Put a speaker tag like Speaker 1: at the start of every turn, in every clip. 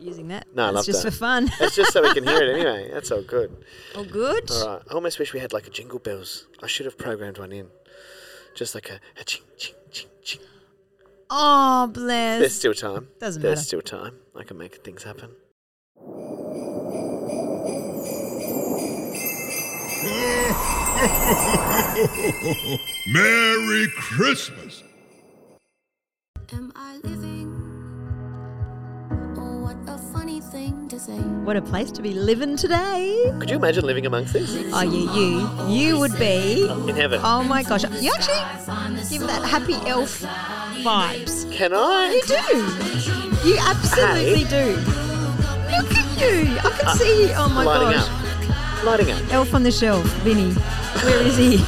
Speaker 1: using that.
Speaker 2: No, I
Speaker 1: That's
Speaker 2: love
Speaker 1: just
Speaker 2: that.
Speaker 1: for fun.
Speaker 2: That's just so we can hear it anyway. That's all good.
Speaker 1: All good.
Speaker 2: All right. I almost wish we had like a jingle bells. I should have programmed one in. Just like a, a ching, ching, ching, ching.
Speaker 1: Oh,
Speaker 2: There's
Speaker 1: bless.
Speaker 2: still time.
Speaker 1: Doesn't
Speaker 2: There's
Speaker 1: matter.
Speaker 2: still time. I can make things happen.
Speaker 3: Merry Christmas.
Speaker 4: Am I living? Oh, what a funny thing to say.
Speaker 1: What a place to be living today.
Speaker 2: Could you imagine living amongst these
Speaker 1: Oh, yeah, you. You would be.
Speaker 2: in heaven?
Speaker 1: Oh, my gosh. You actually give that happy elf vibes.
Speaker 2: Can I?
Speaker 1: You do. You absolutely do. Look at you. I can see you. Oh, my
Speaker 2: Lighting
Speaker 1: gosh.
Speaker 2: up. Lighting up.
Speaker 1: Elf on the shelf, Vinny. Where is he?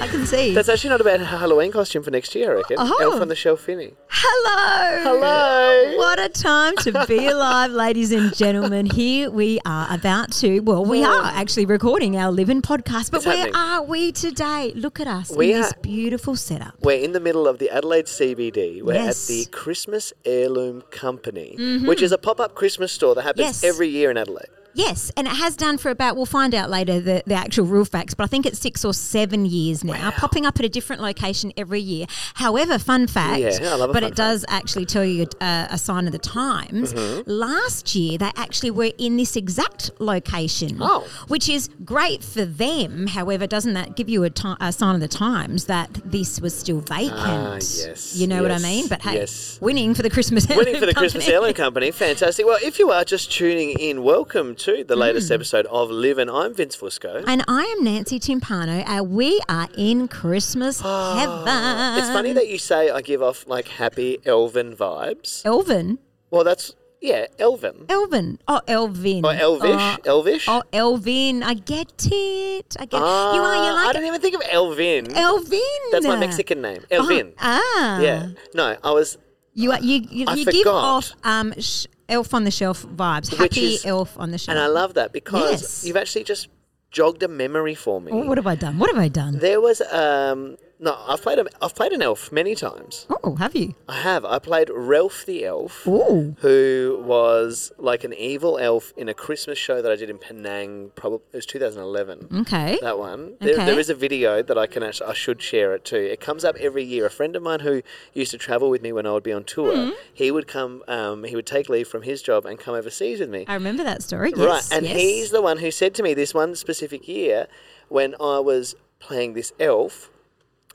Speaker 1: I can see.
Speaker 2: That's actually not a bad Halloween costume for next year, I reckon.
Speaker 1: Oh.
Speaker 2: Elf on the Shelf Finny.
Speaker 1: Hello.
Speaker 2: Hello.
Speaker 1: What a time to be alive, ladies and gentlemen. Here we are about to, well, we are actually recording our live in podcast, but
Speaker 2: Hmm. It's
Speaker 1: where
Speaker 2: happening.
Speaker 1: are we today? Look at us
Speaker 2: We
Speaker 1: in this
Speaker 2: are-
Speaker 1: beautiful setup.
Speaker 2: We're in the middle of the Adelaide CBD. We're
Speaker 1: Yes. Mm-hmm.
Speaker 2: at the Christmas Heirloom Company, which is a pop up Christmas store that happens
Speaker 1: Yes.
Speaker 2: every year in Adelaide.
Speaker 1: Yes, and it has done for about, we'll find out later the, the actual real facts, but I think it's six or seven years now, popping up at a different location every year. However, fun fact,
Speaker 2: Yeah, I love a
Speaker 1: but
Speaker 2: fun
Speaker 1: it does actually tell you uh, a sign of the times.
Speaker 2: Mm-hmm.
Speaker 1: Last year, they actually were in this exact location,
Speaker 2: Oh.
Speaker 1: which is great for them. However, doesn't that give you a, ti a sign of the times that this was still vacant?
Speaker 2: Ah, yes,
Speaker 1: You know what I
Speaker 2: yes,
Speaker 1: mean? But hey,
Speaker 2: yes.
Speaker 1: winning for the Christmas
Speaker 2: Winning for the Christmas
Speaker 1: company.
Speaker 2: Heirloom Company. Fantastic. Well, if you are just tuning in, welcome to
Speaker 1: Mm.
Speaker 2: the latest episode of Live and I'm Vince Fusco.
Speaker 1: And I am Nancy Timpano, and we are in Christmas heaven.
Speaker 2: it's funny that you say I give off like happy elven vibes.
Speaker 1: Elvin,
Speaker 2: Well, that's, yeah, elven.
Speaker 1: Elvin, oh Elvin,
Speaker 2: Or elvish.
Speaker 1: oh,
Speaker 2: elvish.
Speaker 1: oh Elvin. I get it. I get it. you are. You
Speaker 2: Ah, I
Speaker 1: like
Speaker 2: don't even think of elvin.
Speaker 1: Elvin.
Speaker 2: That's my Mexican name, Elvin.
Speaker 1: Ah,
Speaker 2: yeah. No, I was
Speaker 1: You are, you you,
Speaker 2: I
Speaker 1: you give
Speaker 2: forgot.
Speaker 1: off um sh- elf on the shelf vibes.
Speaker 2: Which
Speaker 1: Happy
Speaker 2: is-
Speaker 1: elf on the shelf.
Speaker 2: And I love that because
Speaker 1: Yes.
Speaker 2: you've actually just jogged a memory for me.
Speaker 1: Oh, what have I done? What have I done?
Speaker 2: There was um no, I've played a, I've played an elf many times.
Speaker 1: Oh, have you?
Speaker 2: I have. I played Ralph the elf,
Speaker 1: Oh,
Speaker 2: who was like an evil elf in a Christmas show that I did in Penang. Probably it was 2011.
Speaker 1: okay.
Speaker 2: That one. There,
Speaker 1: Okay.
Speaker 2: there is a video that I can actually, I should share it too. It comes up every year. A friend of mine who used to travel with me when I would be on tour, he would come, um, he would take leave from his job and come overseas with me.
Speaker 1: I remember that story. Yes,
Speaker 2: Right, and
Speaker 1: yes.
Speaker 2: he's the one who said to me this one specific year when I was playing this elf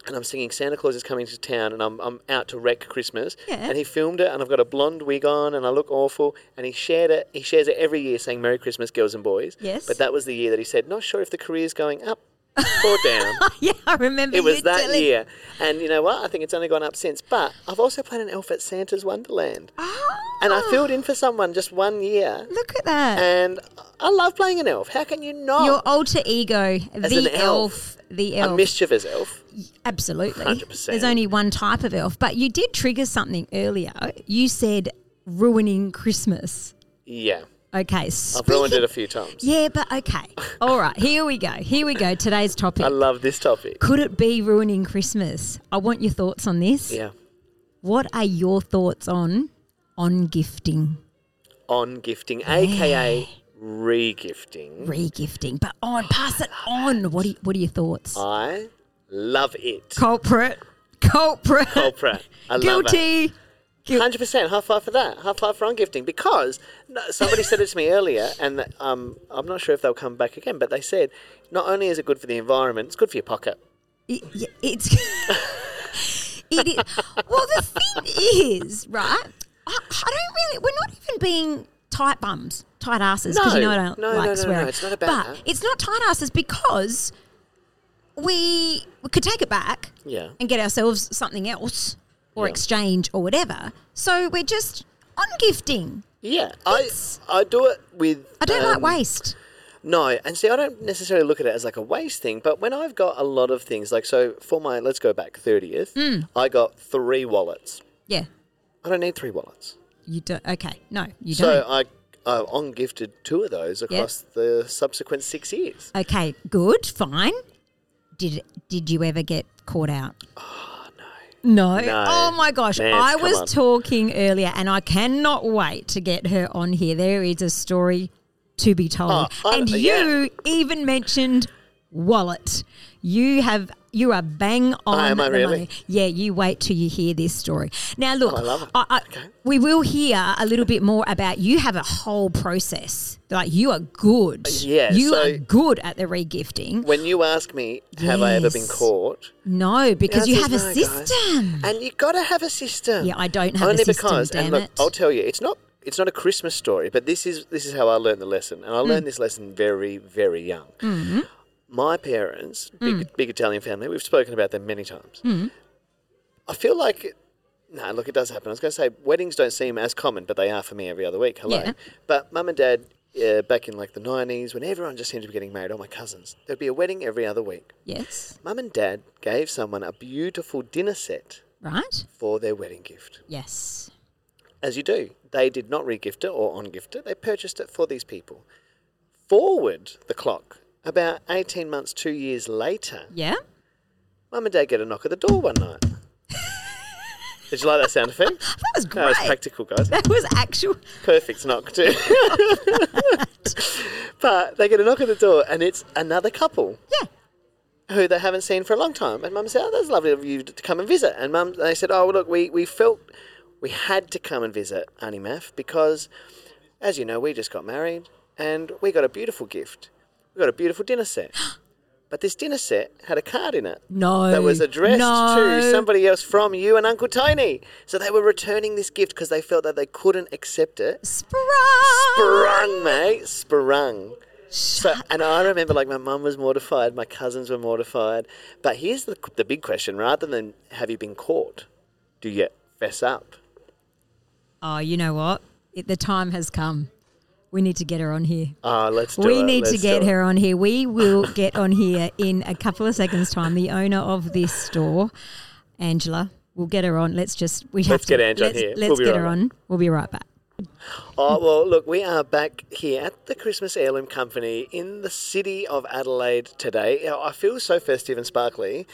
Speaker 2: and I'm singing Santa Claus is coming to town and I'm, I'm out to wreck Christmas.
Speaker 1: Yeah.
Speaker 2: And he filmed it and I've got a blonde wig on and I look awful and he shared it he shares it every year saying Merry Christmas girls and boys.
Speaker 1: Yes.
Speaker 2: But that was the year that he said, Not sure if the career's going up or down.
Speaker 1: yeah, I remember.
Speaker 2: It was
Speaker 1: you
Speaker 2: that
Speaker 1: telling-
Speaker 2: year. And you know what? I think it's only gone up since. But I've also played an elf at Santa's Wonderland.
Speaker 1: Ah.
Speaker 2: And I filled in for someone just one year.
Speaker 1: Look at that.
Speaker 2: And I love playing an elf. How can you not?
Speaker 1: Your alter ego,
Speaker 2: Oh. an
Speaker 1: the elf.
Speaker 2: elf.
Speaker 1: the
Speaker 2: a
Speaker 1: elf.
Speaker 2: mischievous elf.
Speaker 1: Absolutely.
Speaker 2: 100%.
Speaker 1: There's only one type of elf, but you did trigger something earlier. You said ruining Christmas.
Speaker 2: Yeah.
Speaker 1: Okay.
Speaker 2: I've
Speaker 1: speaking-
Speaker 2: ruined it a few times.
Speaker 1: Yeah, but okay. All right. Here we go. Here we go. Today's topic.
Speaker 2: I love this topic.
Speaker 1: Could it be ruining Christmas? I want your thoughts on this.
Speaker 2: Yeah.
Speaker 1: What are your thoughts on on gifting,
Speaker 2: On gifting, aka re gifting.
Speaker 1: regifting? But
Speaker 2: Oh,
Speaker 1: on, pass it on. What are, y- what are your thoughts?
Speaker 2: I love it.
Speaker 1: culprit. Culprit.
Speaker 2: Oprah. I love it.
Speaker 1: Guilty.
Speaker 2: Hundred percent. High five for that. High five for ungifting because no, somebody said it to me earlier, and that, um, I'm not sure if they'll come back again. But they said not only is it good for the environment, it's good for your pocket.
Speaker 1: It- yeah, it's it is. Well, the thing is, right? I, I don't really. We're not even being tight bums, tight asses, because you know
Speaker 2: No,
Speaker 1: I don't
Speaker 2: no, no,
Speaker 1: like
Speaker 2: no, no,
Speaker 1: swearing.
Speaker 2: it's not about
Speaker 1: but
Speaker 2: that.
Speaker 1: it's not tight asses because we, we could take it back
Speaker 2: Yeah.
Speaker 1: and get ourselves something else or
Speaker 2: Yeah.
Speaker 1: exchange or whatever. So we're just on gifting.
Speaker 2: Yeah. I
Speaker 1: It's-
Speaker 2: I do it with.
Speaker 1: I don't
Speaker 2: um,
Speaker 1: like waste.
Speaker 2: No, and see, I don't necessarily look at it as like a waste thing, but when I've got a lot of things, like so for my let's go back thirtieth, I got three wallets.
Speaker 1: Yeah,
Speaker 2: I don't need three wallets,
Speaker 1: you don't. Okay, no, you don't.
Speaker 2: so I I on gifted two of those across the subsequent six years.
Speaker 1: Okay, good, fine. Did did you ever get caught out? No.
Speaker 2: No, Oh, No.
Speaker 1: Oh my gosh.
Speaker 2: Nance,
Speaker 1: I
Speaker 2: come
Speaker 1: was
Speaker 2: on.
Speaker 1: talking earlier and I cannot wait to get her on here. There is a story to be told.
Speaker 2: Oh, I-
Speaker 1: and you even mentioned wallet. You have you are bang on
Speaker 2: Oh, am I
Speaker 1: the
Speaker 2: really? Oh,
Speaker 1: money. Yeah, you wait till you hear this story. Now look,
Speaker 2: I love it.
Speaker 1: I, I,
Speaker 2: Okay.
Speaker 1: we will hear a little bit more about you have a whole process. Like you are good.
Speaker 2: Yeah,
Speaker 1: You
Speaker 2: so-
Speaker 1: are good at the regifting.
Speaker 2: When you ask me, have I ever been
Speaker 1: Yes.
Speaker 2: caught?
Speaker 1: No, because you have
Speaker 2: Answer's
Speaker 1: a
Speaker 2: no, guys.
Speaker 1: system.
Speaker 2: and you got to have a system.
Speaker 1: Yeah, I don't have a
Speaker 2: only
Speaker 1: system,
Speaker 2: because.
Speaker 1: damn
Speaker 2: and look,
Speaker 1: it.
Speaker 2: I'll tell you, it's not it's not a Christmas story, but this is this is how I learned the lesson,
Speaker 1: Hmm.
Speaker 2: and I learned this lesson very very young.
Speaker 1: Mm-hmm.
Speaker 2: My parents,
Speaker 1: Hmm.
Speaker 2: big big Italian family, we've spoken about them many times. I feel like. No, look, it does happen. I was going to say weddings don't seem as common, but they are for me every other week. Hello,
Speaker 1: Yeah.
Speaker 2: but mum and dad uh, back in like the nineties, when everyone just seemed to be getting married, all my cousins, there'd be a wedding every other week.
Speaker 1: Yes.
Speaker 2: Mum and Dad gave someone a beautiful dinner set
Speaker 1: Right?
Speaker 2: for their wedding gift.
Speaker 1: Yes.
Speaker 2: As you do, they did not regift it or on-gift it. They purchased it for these people. Forward the clock, about 18 months, two years later,
Speaker 1: Yeah.
Speaker 2: Mum and Dad get a knock at the door one night. did you like that sound effect?
Speaker 1: That was great.
Speaker 2: That was practical, guys.
Speaker 1: That was actual.
Speaker 2: Perfect knock, too. but they get a knock at the door, and it's another couple.
Speaker 1: Yeah.
Speaker 2: who they haven't seen for a long time. And mum said, Oh, that's lovely of you to come and visit. And mum, they said, Oh, well, look, we, we felt we had to come and visit Auntie Maff because, as you know, we just got married and we got a beautiful gift. We got a beautiful dinner set. But this dinner set had a card in it
Speaker 1: No.
Speaker 2: that was addressed
Speaker 1: No.
Speaker 2: to somebody else from you and Uncle Tony. So they were returning this gift because they felt that they couldn't accept it.
Speaker 1: Sprung.
Speaker 2: Sprung, mate. Sprung. So, and I remember, like, my mum was mortified, my cousins were mortified. But here's the, the big question rather than have you been caught, do you fess up?
Speaker 1: Oh, you know what? It, the time has come. We need to get her on here.
Speaker 2: Ah, let's do
Speaker 1: we
Speaker 2: it.
Speaker 1: need to
Speaker 2: let's do
Speaker 1: get
Speaker 2: it.
Speaker 1: her on here. We will get on here in a couple of seconds' time. The owner of this store, Angela, we'll get her on. Let's just we have
Speaker 2: Let's
Speaker 1: to
Speaker 2: get Angela
Speaker 1: let's,
Speaker 2: on here.
Speaker 1: Let's
Speaker 2: We'll be
Speaker 1: get
Speaker 2: right
Speaker 1: her
Speaker 2: back.
Speaker 1: on. We'll be right back.
Speaker 2: Oh, well, look, we are back here at the Christmas Heirloom Company in the city of Adelaide today. You know, I feel so festive and sparkly.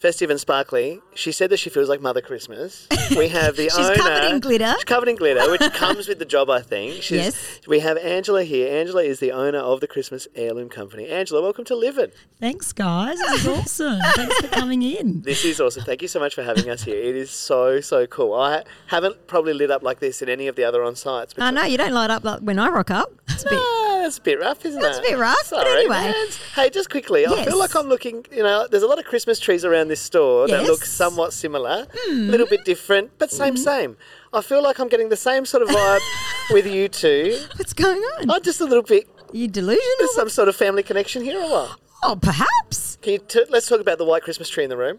Speaker 2: Festive and sparkly. She said that she feels like Mother Christmas. We have the
Speaker 1: She's
Speaker 2: owner.
Speaker 1: covered in glitter.
Speaker 2: She's covered in glitter, which comes with the job, I think. She's,
Speaker 1: Yes.
Speaker 2: We have Angela here. Angela is the owner of the Christmas Heirloom Company. Angela, welcome to Livid.
Speaker 5: Thanks, guys. This is awesome. Thanks for coming in.
Speaker 2: This is awesome. Thank you so much for having us here. It is so, so cool. I haven't probably lit up like this in any of the other on sites.
Speaker 1: I know you don't light up like when I rock up. It's a bit-
Speaker 2: Ah, that's a bit rough, isn't
Speaker 1: That's
Speaker 2: it?
Speaker 1: a bit rough, but anyway.
Speaker 2: man. Hey, just quickly, I
Speaker 1: Yes.
Speaker 2: feel like I'm looking, you know, there's a lot of Christmas trees around this store that look
Speaker 1: Yes. Hmm.
Speaker 2: somewhat similar, a little bit different, but same, same. I feel like I'm getting the same sort of vibe with you two.
Speaker 1: What's going on?
Speaker 2: Oh, just a little bit,
Speaker 1: you delusional?
Speaker 2: there's some sort of family connection here or what?
Speaker 1: Oh, perhaps.
Speaker 2: Can you t- let's talk about the white Christmas tree in the room.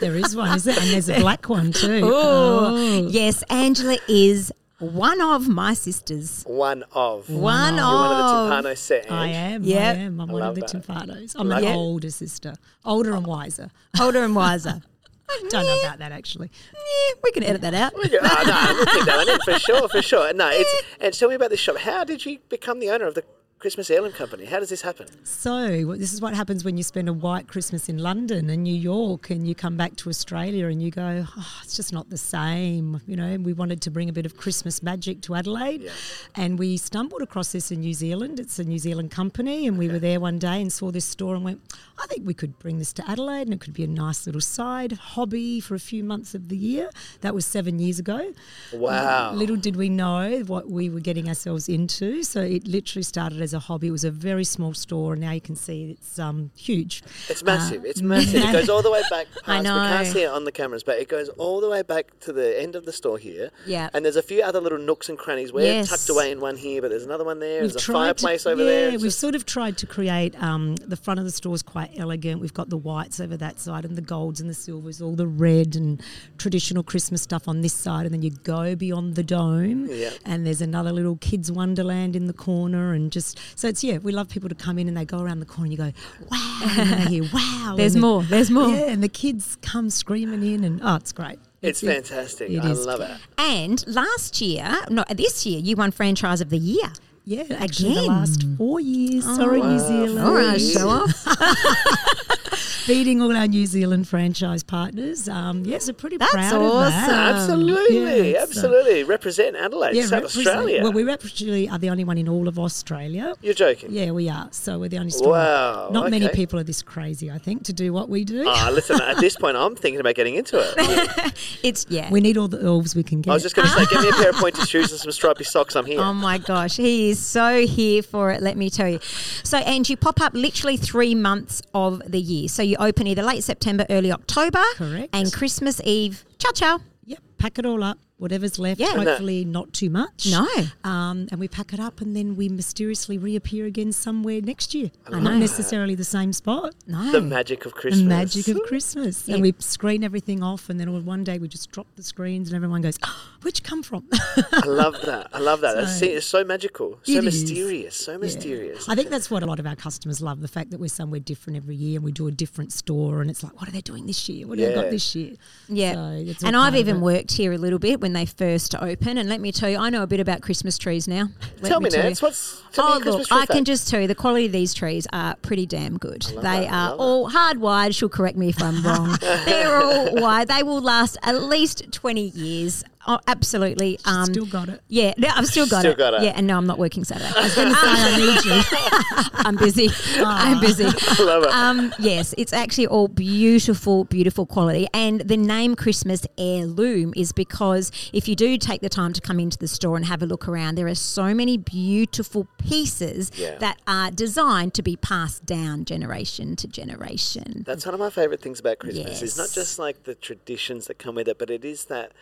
Speaker 5: There is one, is there? And there's a black one too.
Speaker 1: Oh. Yes, Angela is one of my sisters.
Speaker 2: One of.
Speaker 1: One
Speaker 2: You're
Speaker 1: of.
Speaker 2: one of the timpano set.
Speaker 5: I
Speaker 2: Ange.
Speaker 5: am.
Speaker 1: Yeah.
Speaker 5: I am. I'm one
Speaker 2: love
Speaker 5: of the
Speaker 2: that.
Speaker 5: Timpanos. I'm an
Speaker 1: Yeah.
Speaker 5: older sister, older and wiser.
Speaker 1: Older and wiser.
Speaker 5: Don't know about that actually.
Speaker 1: Yeah, we can edit that out.
Speaker 2: Yeah, oh, no, we'll keep that one in for sure, for sure. No, it's and tell me about this shop. How did you become the owner of the Christmas Heirloom Company? How does this happen?
Speaker 5: So what- this is what happens when you spend a white Christmas in London and New York, and you come back to Australia and you go, oh, it's just not the same, you know. And we wanted to bring a bit of Christmas magic to Adelaide, and we stumbled across this in New Zealand. It's a New Zealand company, and we were there one day and saw this store and went, I think we could bring this to Adelaide, and it could be a nice little side hobby for a few months of the year. That was seven years ago.
Speaker 2: Wow.
Speaker 5: Little did we know what we were getting ourselves into. So it literally started as a hobby. It was a very small store, and now you can see it's um, huge. Um,
Speaker 2: It's massive. it's massive. it goes all the way back. Past.
Speaker 1: I
Speaker 2: We can't
Speaker 1: know.
Speaker 2: see it on the cameras, but it goes all the way back to the end of the store here.
Speaker 1: Yeah.
Speaker 2: And there's a few other little nooks and crannies. We're
Speaker 1: Yes.
Speaker 2: tucked away in one here, but there's another one there. there's a
Speaker 5: tried to-
Speaker 2: fireplace over
Speaker 5: yeah,
Speaker 2: there. It's
Speaker 5: we've
Speaker 2: just-
Speaker 5: sort of tried to create um, the front of the store is quite elegant. We've got the whites over that side, and the golds and the silvers, all the red and traditional Christmas stuff on this side, and then you go beyond the dome,
Speaker 2: Yeah.
Speaker 5: and there's another little kids wonderland in the corner, and just so it's yeah, we love people to come in and they go around the corner, and you go wow, and then they hear wow, and
Speaker 1: There's
Speaker 5: then-
Speaker 1: more, there's more.
Speaker 5: yeah, and the kids come screaming in, and oh, it's great.
Speaker 2: it's fantastic.
Speaker 5: it
Speaker 2: I
Speaker 5: is. Um,
Speaker 2: love it.
Speaker 1: And last year, no, this year, you won Franchise of the Year.
Speaker 5: Yeah, actually, the
Speaker 1: Again?
Speaker 5: last four years. Sorry, New Zealand.
Speaker 1: All right, show off.
Speaker 5: Beating all our New Zealand franchise partners. Um, yeah, so pretty
Speaker 1: That's
Speaker 5: proud of that.
Speaker 1: awesome.
Speaker 2: Absolutely,
Speaker 5: yeah, so-
Speaker 2: absolutely. Represent Adelaide, South
Speaker 5: represent-
Speaker 2: Australia.
Speaker 5: Well, we actually are the only one in all of Australia.
Speaker 2: You're joking.
Speaker 5: Yeah, we are. So we're the only store.
Speaker 2: Wow,
Speaker 5: Not many
Speaker 2: okay.
Speaker 5: people are this crazy, I think, to do what we do.
Speaker 2: Ah, listen, at this point, I'm thinking about getting into it.
Speaker 1: It's yeah.
Speaker 5: We need all the elves we can get.
Speaker 2: I was just going to say, give me a pair of pointed shoes and some stripy socks. I'm here.
Speaker 1: Oh my gosh, he is so here for it, let me tell you. So, and you pop up literally three months of the year. So, you open either late September, early October.
Speaker 5: Correct.
Speaker 1: And Christmas Eve. Ciao, ciao.
Speaker 5: yep, pack it all up, whatever's left.
Speaker 1: Yeah. And
Speaker 2: that-
Speaker 5: hopefully not too much.
Speaker 1: No.
Speaker 5: Um, and we pack it up, and then we mysteriously reappear again somewhere next year.
Speaker 1: that.
Speaker 5: Not necessarily the same spot.
Speaker 1: No.
Speaker 2: the magic of
Speaker 5: The
Speaker 2: Christmas.
Speaker 5: magic of Christmas,
Speaker 1: Yeah.
Speaker 5: and we screen everything off, and then all- one day we just drop the screens, and everyone goes, oh, "Where'd you come from?"
Speaker 2: I love that. I love that. That's-
Speaker 5: So-
Speaker 2: it's so magical, so
Speaker 5: It is.
Speaker 2: mysterious, so mysterious.
Speaker 5: I think that's what a lot of our customers love the fact that we're somewhere different every year and we do a different store and it's like, what are they doing this year? What have they
Speaker 2: Yeah.
Speaker 5: got this year?
Speaker 1: Yeah.
Speaker 5: So it's all
Speaker 1: and I've
Speaker 5: part of
Speaker 1: even
Speaker 5: it.
Speaker 1: worked here a little bit when they first open. And let me tell you, I know a bit about Christmas trees now. Let
Speaker 2: Tell me,
Speaker 1: tell you.
Speaker 2: Nance, what's tell me
Speaker 1: oh,
Speaker 2: a Christmas
Speaker 1: look,
Speaker 2: tree
Speaker 1: I can
Speaker 2: fact.
Speaker 1: just tell you the quality of these trees are pretty damn good. They
Speaker 2: that, I
Speaker 1: are
Speaker 2: love
Speaker 1: all hardwired. She'll correct me if I'm wrong. They're all wired. They will last at least 20 years. Oh, absolutely. Um,
Speaker 5: still got it.
Speaker 1: Yeah, no, I've still got,
Speaker 2: Still
Speaker 1: it.
Speaker 2: got it.
Speaker 1: Yeah, and no, I'm not working Saturday. Um, I was going to say I need you. I'm busy. I'm busy.
Speaker 2: love it.
Speaker 1: Um, yes, it's actually all beautiful, beautiful quality. And the name Christmas Heirloom is because if you do take the time to come into the store and have a look around, there are so many beautiful pieces
Speaker 2: Yeah.
Speaker 1: that are designed to be passed down generation to generation.
Speaker 2: That's one of my favourite things about Christmas. It's not
Speaker 1: Yes.
Speaker 2: just like the traditions that come with it, but it is that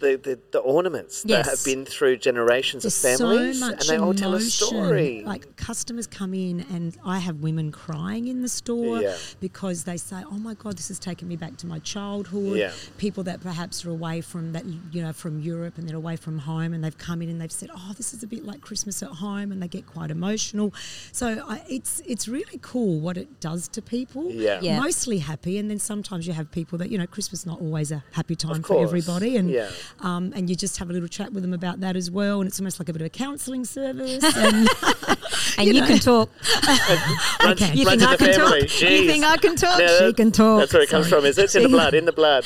Speaker 2: the, the, the ornaments that have
Speaker 1: Yes.
Speaker 2: been through generations
Speaker 5: There's
Speaker 2: of families
Speaker 5: so much
Speaker 2: and they all tell a
Speaker 5: emotion.
Speaker 2: story.
Speaker 5: Like customers come in and I have women crying in the store
Speaker 2: Yeah.
Speaker 5: because they say, "Oh my God, this has taken me back to my childhood."
Speaker 2: Yeah.
Speaker 5: People that perhaps are away from that, you know, from Europe and they're away from home, and they've come in and they've said, "Oh, this is a bit like Christmas at home," and they get quite emotional. So I, it's it's really cool what it does to people.
Speaker 2: Yeah.
Speaker 1: Yeah.
Speaker 5: mostly happy, and then sometimes you have people that you know, Christmas is not always a happy time for
Speaker 2: course.
Speaker 5: everybody, and
Speaker 2: Yeah.
Speaker 5: um, and you just have a little chat with them about that as well. And it's almost like a bit of a counselling service. And
Speaker 1: And you, can talk.
Speaker 2: Run-
Speaker 5: Okay.
Speaker 1: You
Speaker 2: run
Speaker 1: think
Speaker 2: to
Speaker 1: I
Speaker 2: the
Speaker 1: can
Speaker 2: family.
Speaker 1: talk?
Speaker 2: Jeez.
Speaker 1: You think I can talk?
Speaker 2: Yeah,
Speaker 1: she
Speaker 2: that-
Speaker 1: can talk.
Speaker 2: That's where it comes
Speaker 1: Sorry.
Speaker 2: from. Is it's in the
Speaker 1: She-
Speaker 2: blood? In the blood.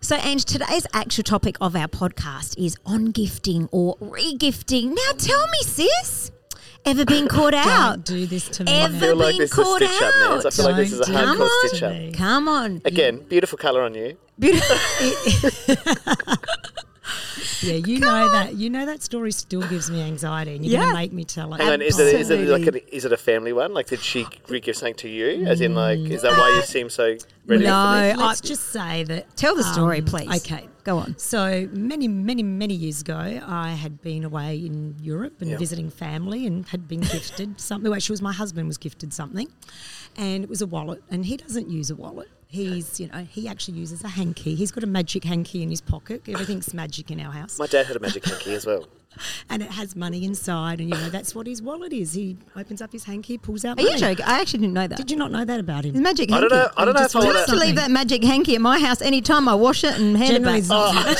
Speaker 1: So, Ange, today's actual topic of our podcast is on gifting or regifting. Now, tell me, sis, ever been caught
Speaker 5: don't
Speaker 1: out?
Speaker 5: do this to me.
Speaker 1: Ever
Speaker 5: now.
Speaker 2: I feel like
Speaker 1: being
Speaker 2: this is
Speaker 1: caught
Speaker 2: stitch up, Nance. I feel like this is a
Speaker 5: Don't do
Speaker 2: hardcore
Speaker 1: it.
Speaker 2: stitch
Speaker 5: Come
Speaker 2: up.
Speaker 5: on.
Speaker 1: Come on.
Speaker 2: Again, beautiful colour on you.
Speaker 1: Beautiful.
Speaker 5: Yeah, you know that. You know that story still gives me anxiety, and you're going
Speaker 1: Yeah.
Speaker 5: to make me tell it.
Speaker 2: Hang on, is it, is it like
Speaker 1: Absolutely.
Speaker 2: a, is it a family one? Like, did she give something to you? As in, like, is that why you seem so ready
Speaker 1: Mm. No.
Speaker 2: for this?
Speaker 1: I-
Speaker 5: Let's just say that.
Speaker 1: Tell the story,
Speaker 5: um,
Speaker 1: please.
Speaker 5: Okay.
Speaker 1: Go on.
Speaker 5: So many, many, many years ago, I had been away in Europe and
Speaker 2: Yeah.
Speaker 5: visiting family, and had been gifted something. Well, actually, it was my husband was gifted something, and it was a wallet, and he doesn't use a wallet. He's, you know, he actually uses a hanky. He's got a magic hanky in his pocket. Everything's magic in our house
Speaker 2: My dad had a magic hanky as well.
Speaker 5: and it has money inside, and you know that's what his wallet is. He opens up his hanky, pulls out
Speaker 1: Are you
Speaker 5: money.
Speaker 1: joking? I actually didn't know that.
Speaker 5: Did you not know that about
Speaker 1: It's
Speaker 5: him?
Speaker 1: magic
Speaker 2: I
Speaker 1: hanky.
Speaker 2: don't know. I don't know if I
Speaker 5: Just
Speaker 1: I
Speaker 2: want
Speaker 1: have to
Speaker 5: something.
Speaker 1: leave that magic hanky at my house anytime I wash it and hand
Speaker 5: Generally,
Speaker 1: it
Speaker 5: it's
Speaker 1: back.
Speaker 5: not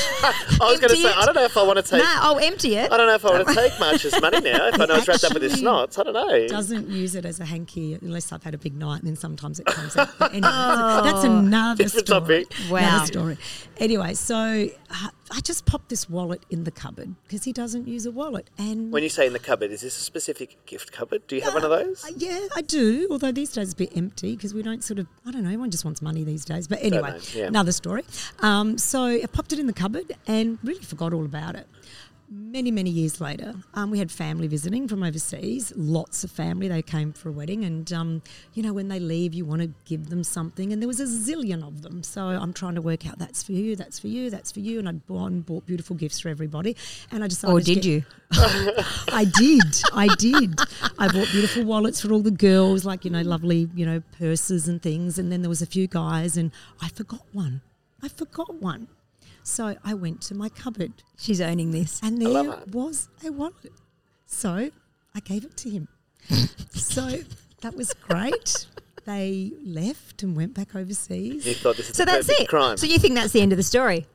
Speaker 2: I was going to
Speaker 1: Empty
Speaker 2: say, I
Speaker 1: it.
Speaker 2: don't know if I want to take.
Speaker 1: Nah, I'll empty it.
Speaker 2: I don't know if I want to take March's money now. If I know it's wrapped up with his
Speaker 5: Actually
Speaker 2: snots, I don't know.
Speaker 5: doesn't use it as a hanky unless I've had a big night, and then sometimes it comes out. But anyway, that's another
Speaker 2: Different
Speaker 5: story.
Speaker 2: topic.
Speaker 1: Wow.
Speaker 5: Another story. Anyway, so uh, I just popped this wallet in the cupboard because he doesn't use a wallet, and
Speaker 2: When you say in the cupboard, is this a specific gift cupboard? Do you have one of those?
Speaker 5: Uh, yeah, I do. Although these days it's a bit empty because we don't sort of, I don't know, everyone just wants money these days. But anyway,
Speaker 2: know, yeah.
Speaker 5: another story. Um, so I popped it in the cupboard and really forgot all about it. Many, many years later, um, we had family visiting from overseas, lots of family. They came for a wedding, and um, you know, when they leave, you want to give them something. And there was a zillion of them. So I'm trying to work out that's for you, that's for you, that's for you. And I'd bought, bought beautiful gifts for everybody. And I decided.
Speaker 1: Or
Speaker 5: to
Speaker 1: did
Speaker 5: get-
Speaker 1: you?
Speaker 5: I did. I did. I bought beautiful wallets for all the girls, like, you know, lovely, you know, purses and things. And then there was a few guys and I forgot one. I forgot one. So I went to my cupboard
Speaker 1: She's owning this.
Speaker 5: and
Speaker 2: love
Speaker 5: there
Speaker 2: it.
Speaker 5: was a wallet. So I gave it to him. so that was great. They left and went back overseas.
Speaker 2: You thought this is
Speaker 1: So
Speaker 2: a
Speaker 1: that's
Speaker 2: perfect
Speaker 1: it.
Speaker 2: crime.
Speaker 1: So you think that's the end of the story?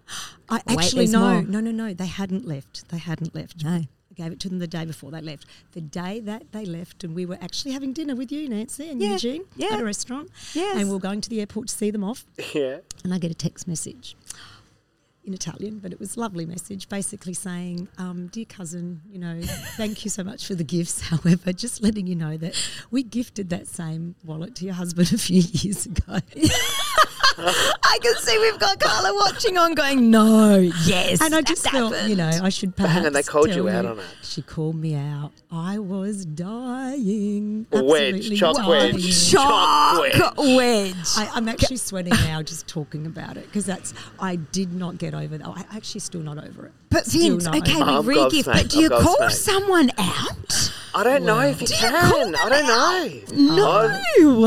Speaker 5: I
Speaker 1: Wait,
Speaker 5: actually
Speaker 1: there's
Speaker 5: no,
Speaker 1: more.
Speaker 5: no, no, no. They hadn't left. They hadn't left.
Speaker 1: No.
Speaker 5: gave it to them the day before they left. The day that they left, and we were actually having dinner with you, Nancy, and
Speaker 1: Yeah,
Speaker 5: Eugene
Speaker 1: yeah.
Speaker 5: at a restaurant.
Speaker 1: Yes.
Speaker 5: And we were going to the airport to see them off,
Speaker 2: Yeah.
Speaker 5: and I get a text message in Italian, but it was a lovely message, basically saying, um, "Dear cousin, you know, thank you so much for the gifts. However, just letting you know that we gifted that same wallet to your husband a few years ago."
Speaker 1: I can see we've got Carla watching on, going, "No, yes."
Speaker 5: And I
Speaker 1: that
Speaker 5: just felt, you
Speaker 1: happened."
Speaker 5: know, I should perhaps.
Speaker 2: they called
Speaker 5: tell
Speaker 2: you out on it.
Speaker 5: She called me out. I was dying.
Speaker 2: Wedge, chalk
Speaker 5: dying.
Speaker 2: wedge.
Speaker 1: Chalk
Speaker 2: Chalk
Speaker 1: wedge.
Speaker 5: I, I'm actually sweating now just talking about it because that's I did not get over that. I'm actually still not over it.
Speaker 1: But
Speaker 5: Still
Speaker 1: Vince,
Speaker 5: not
Speaker 1: okay,
Speaker 5: over it.
Speaker 2: I'm
Speaker 1: we re-gift, but
Speaker 2: gobsmacked,
Speaker 1: do you
Speaker 2: I'm
Speaker 1: call
Speaker 2: gobsmacked.
Speaker 1: someone out?
Speaker 2: I don't know if you
Speaker 1: Do you call
Speaker 2: can.
Speaker 1: them
Speaker 2: I don't know.
Speaker 1: No.
Speaker 2: I've-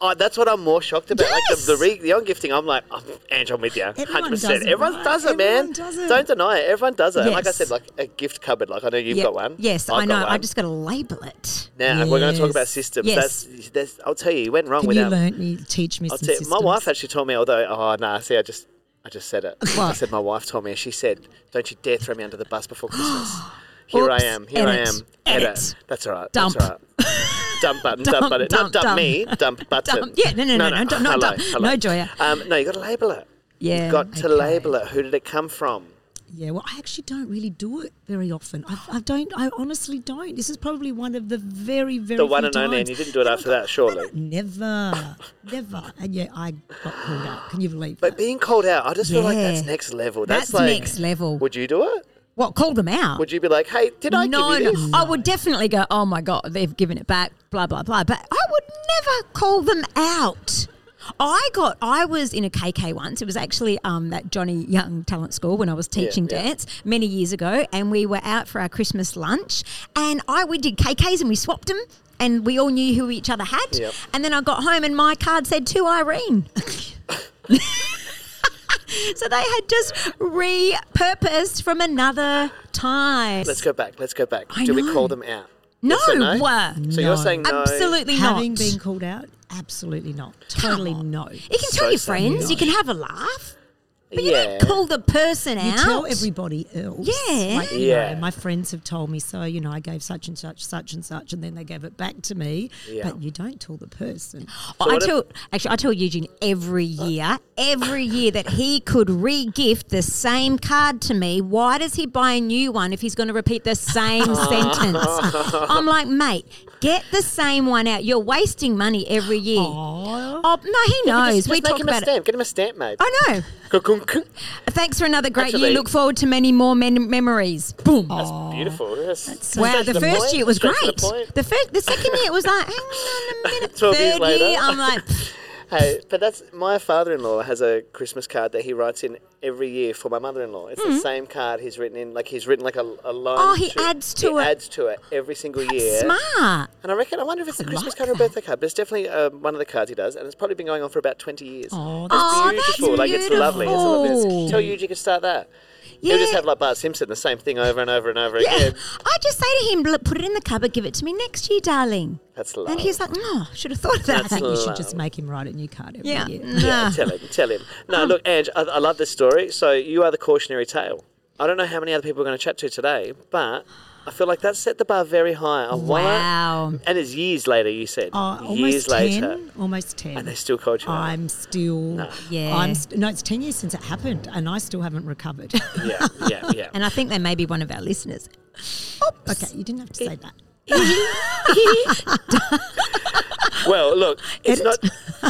Speaker 2: Oh, that's what I'm more shocked about. Like the, the,
Speaker 1: Yes.
Speaker 2: re, the on gifting, I'm like, oh, Ange, I'm with you.
Speaker 5: Everyone
Speaker 2: 100%.
Speaker 5: does it,
Speaker 2: Everyone
Speaker 5: right?
Speaker 2: does it, man.
Speaker 5: Everyone does it.
Speaker 2: Don't deny it. Everyone does it. And Like I
Speaker 1: Yes.
Speaker 2: said, like a gift cupboard. Like I know you've
Speaker 1: Yeah.
Speaker 2: got one.
Speaker 1: Yes,
Speaker 2: I've
Speaker 1: I
Speaker 2: got
Speaker 1: know. I
Speaker 2: one.
Speaker 1: just got to label it.
Speaker 2: Now we're going to talk
Speaker 5: Yes.
Speaker 2: about systems.
Speaker 1: Yes.
Speaker 2: That's, that's, I'll tell you, you went wrong
Speaker 5: Can
Speaker 2: with
Speaker 5: you
Speaker 2: that.
Speaker 5: learn me, teach me
Speaker 2: I'll
Speaker 5: some
Speaker 2: tell you, my
Speaker 5: systems?
Speaker 2: wife actually told me, although, oh, no, see, I just, I just said it. I said, my wife told me, she said, don't you dare throw me under the bus before Christmas. Here
Speaker 1: Oops,
Speaker 2: I am, here I
Speaker 1: edit,
Speaker 2: am. Edit.
Speaker 1: edit.
Speaker 2: That's all right.
Speaker 1: Dump.
Speaker 2: That's all right. Dump button, dump,
Speaker 1: Dump,
Speaker 2: button,
Speaker 1: dump,
Speaker 2: not dump,
Speaker 1: dump.
Speaker 2: me, dump button.
Speaker 1: Dump. Yeah, no, no, no, no, don't- not
Speaker 2: Hello,
Speaker 1: dump.
Speaker 2: hello.
Speaker 1: No, Joya.
Speaker 2: Um, no, you got to label it.
Speaker 1: Yeah,
Speaker 2: You've got to
Speaker 1: okay.
Speaker 2: label it. Who did it come from?
Speaker 5: Yeah, well, I actually don't really do it very often. I, I don't. I honestly don't. This is probably one of the very, very
Speaker 2: The one
Speaker 5: few
Speaker 2: and only, and
Speaker 5: times.
Speaker 2: you didn't do it after that, surely.
Speaker 5: Never, never. And yeah, I got called out. Can you believe
Speaker 2: But
Speaker 5: that?
Speaker 2: being called out, I just feel like
Speaker 1: Yeah.
Speaker 2: that's next level.
Speaker 1: That's,
Speaker 2: That's, like,
Speaker 1: next level.
Speaker 2: Would you do it?
Speaker 1: What? Call them out?
Speaker 2: Would you be like, hey, did I
Speaker 1: no,
Speaker 2: give you this?
Speaker 1: no. I would definitely go. Oh my god, they've given it back. Blah blah blah. But I would never call them out. I got. I was in a KK once. It was actually um, that Johnny Young Talent School when I was teaching
Speaker 2: yeah.
Speaker 1: dance many years ago, and we were out for our Christmas lunch, and I we did KKs and we swapped them. And we all knew who each other had.
Speaker 2: Yep.
Speaker 1: And then I got home and my card said to Irene. so they had just repurposed from another time.
Speaker 2: Let's go back. Let's go back.
Speaker 1: I
Speaker 2: Do we
Speaker 1: know.
Speaker 2: call them out?
Speaker 1: No,
Speaker 2: Yes or
Speaker 1: wah.
Speaker 2: So
Speaker 5: No.
Speaker 2: you're saying no.
Speaker 1: Absolutely
Speaker 5: Having
Speaker 1: not.
Speaker 5: been called out, absolutely not. Totally
Speaker 1: on.
Speaker 5: no.
Speaker 1: you can
Speaker 2: So
Speaker 1: tell your
Speaker 2: sad.
Speaker 1: friends, you can have a laugh, but you
Speaker 2: yeah.
Speaker 1: don't call the person
Speaker 5: You
Speaker 1: out.
Speaker 5: tell everybody else.
Speaker 1: Yeah.
Speaker 5: Like, you
Speaker 2: Yeah.
Speaker 5: know, my friends have told me so, you know, I gave such and such, such and such, and then they gave it back to me.
Speaker 2: Yeah.
Speaker 5: But you don't tell the person.
Speaker 1: Well, I
Speaker 2: what if-
Speaker 1: tell actually I tell Eugene every
Speaker 2: Uh.
Speaker 1: year, every year that he could re-gift the same card to me. Why does he buy a new one if he's going to repeat the same sentence? I'm like, mate, get the same one out. You're wasting money every year. Oh no, he knows.
Speaker 2: Just,
Speaker 1: we
Speaker 2: just make
Speaker 1: talk
Speaker 2: him a
Speaker 1: about
Speaker 2: stamp.
Speaker 1: it.
Speaker 2: Get him a stamp, mate.
Speaker 1: I know.
Speaker 2: Kukunk.
Speaker 1: Thanks for another great
Speaker 2: Actually-
Speaker 1: year. Look forward to many more men- memories. Boom.
Speaker 2: That's beautiful. That's,
Speaker 1: Oh. Wow,
Speaker 2: straight to
Speaker 1: the, first
Speaker 2: point,
Speaker 1: year it was
Speaker 2: straight
Speaker 1: great.
Speaker 2: to the
Speaker 1: The,
Speaker 2: point.
Speaker 1: first, the second year it was like, hang on a minute.
Speaker 2: Twelve years
Speaker 1: Third
Speaker 2: later.
Speaker 1: year, I'm like,
Speaker 2: Hey, but that's my father-in-law has a Christmas card that he writes in every year for my mother-in-law. It's the same card he's written in. Like he's written like a, a line.
Speaker 1: Mm-hmm. Oh, he adds to
Speaker 2: he
Speaker 1: it.
Speaker 2: Adds to it every single year.
Speaker 1: smart.
Speaker 2: And I reckon I wonder if it's a Christmas card or a birthday card, but it's definitely uh, one of the cards he does, and it's probably been going on for about twenty years.
Speaker 5: Oh,
Speaker 2: It's
Speaker 1: Oh, that's
Speaker 2: like it's lovely. It's lovely.
Speaker 1: beautiful.
Speaker 2: It's, tell Huge you could start that. you will just
Speaker 1: Yeah.
Speaker 2: have like Bart Simpson, the same thing over and over and over
Speaker 1: Yeah.
Speaker 2: again.
Speaker 1: I just say to him, look, put it in the cupboard, give it to me next year, darling.
Speaker 2: That's love.
Speaker 1: And he's like, oh, should have thought of that.
Speaker 2: That's
Speaker 5: I think you should just
Speaker 2: Love.
Speaker 5: make him write a new card every
Speaker 1: yeah. Mm.
Speaker 5: year.
Speaker 1: Nah.
Speaker 2: tell him, tell him. No, look, Ange, I, I love this story. So you are the cautionary tale. I don't know how many other people we're going to chat to today, but I feel like that set the bar very high. I wanna-
Speaker 1: Wow.
Speaker 2: And it's years later, you said.
Speaker 5: Uh, almost
Speaker 2: years
Speaker 5: 10,
Speaker 2: later.
Speaker 5: Almost 10.
Speaker 2: And they still called you out.
Speaker 5: I'm still.
Speaker 1: Yeah.
Speaker 5: I'm st- no, it's 10 years since it happened, and I still haven't recovered.
Speaker 2: Yeah, yeah, yeah.
Speaker 1: And I think they may be one of our listeners.
Speaker 5: okay, you didn't have to say that.
Speaker 2: well, look, it's not.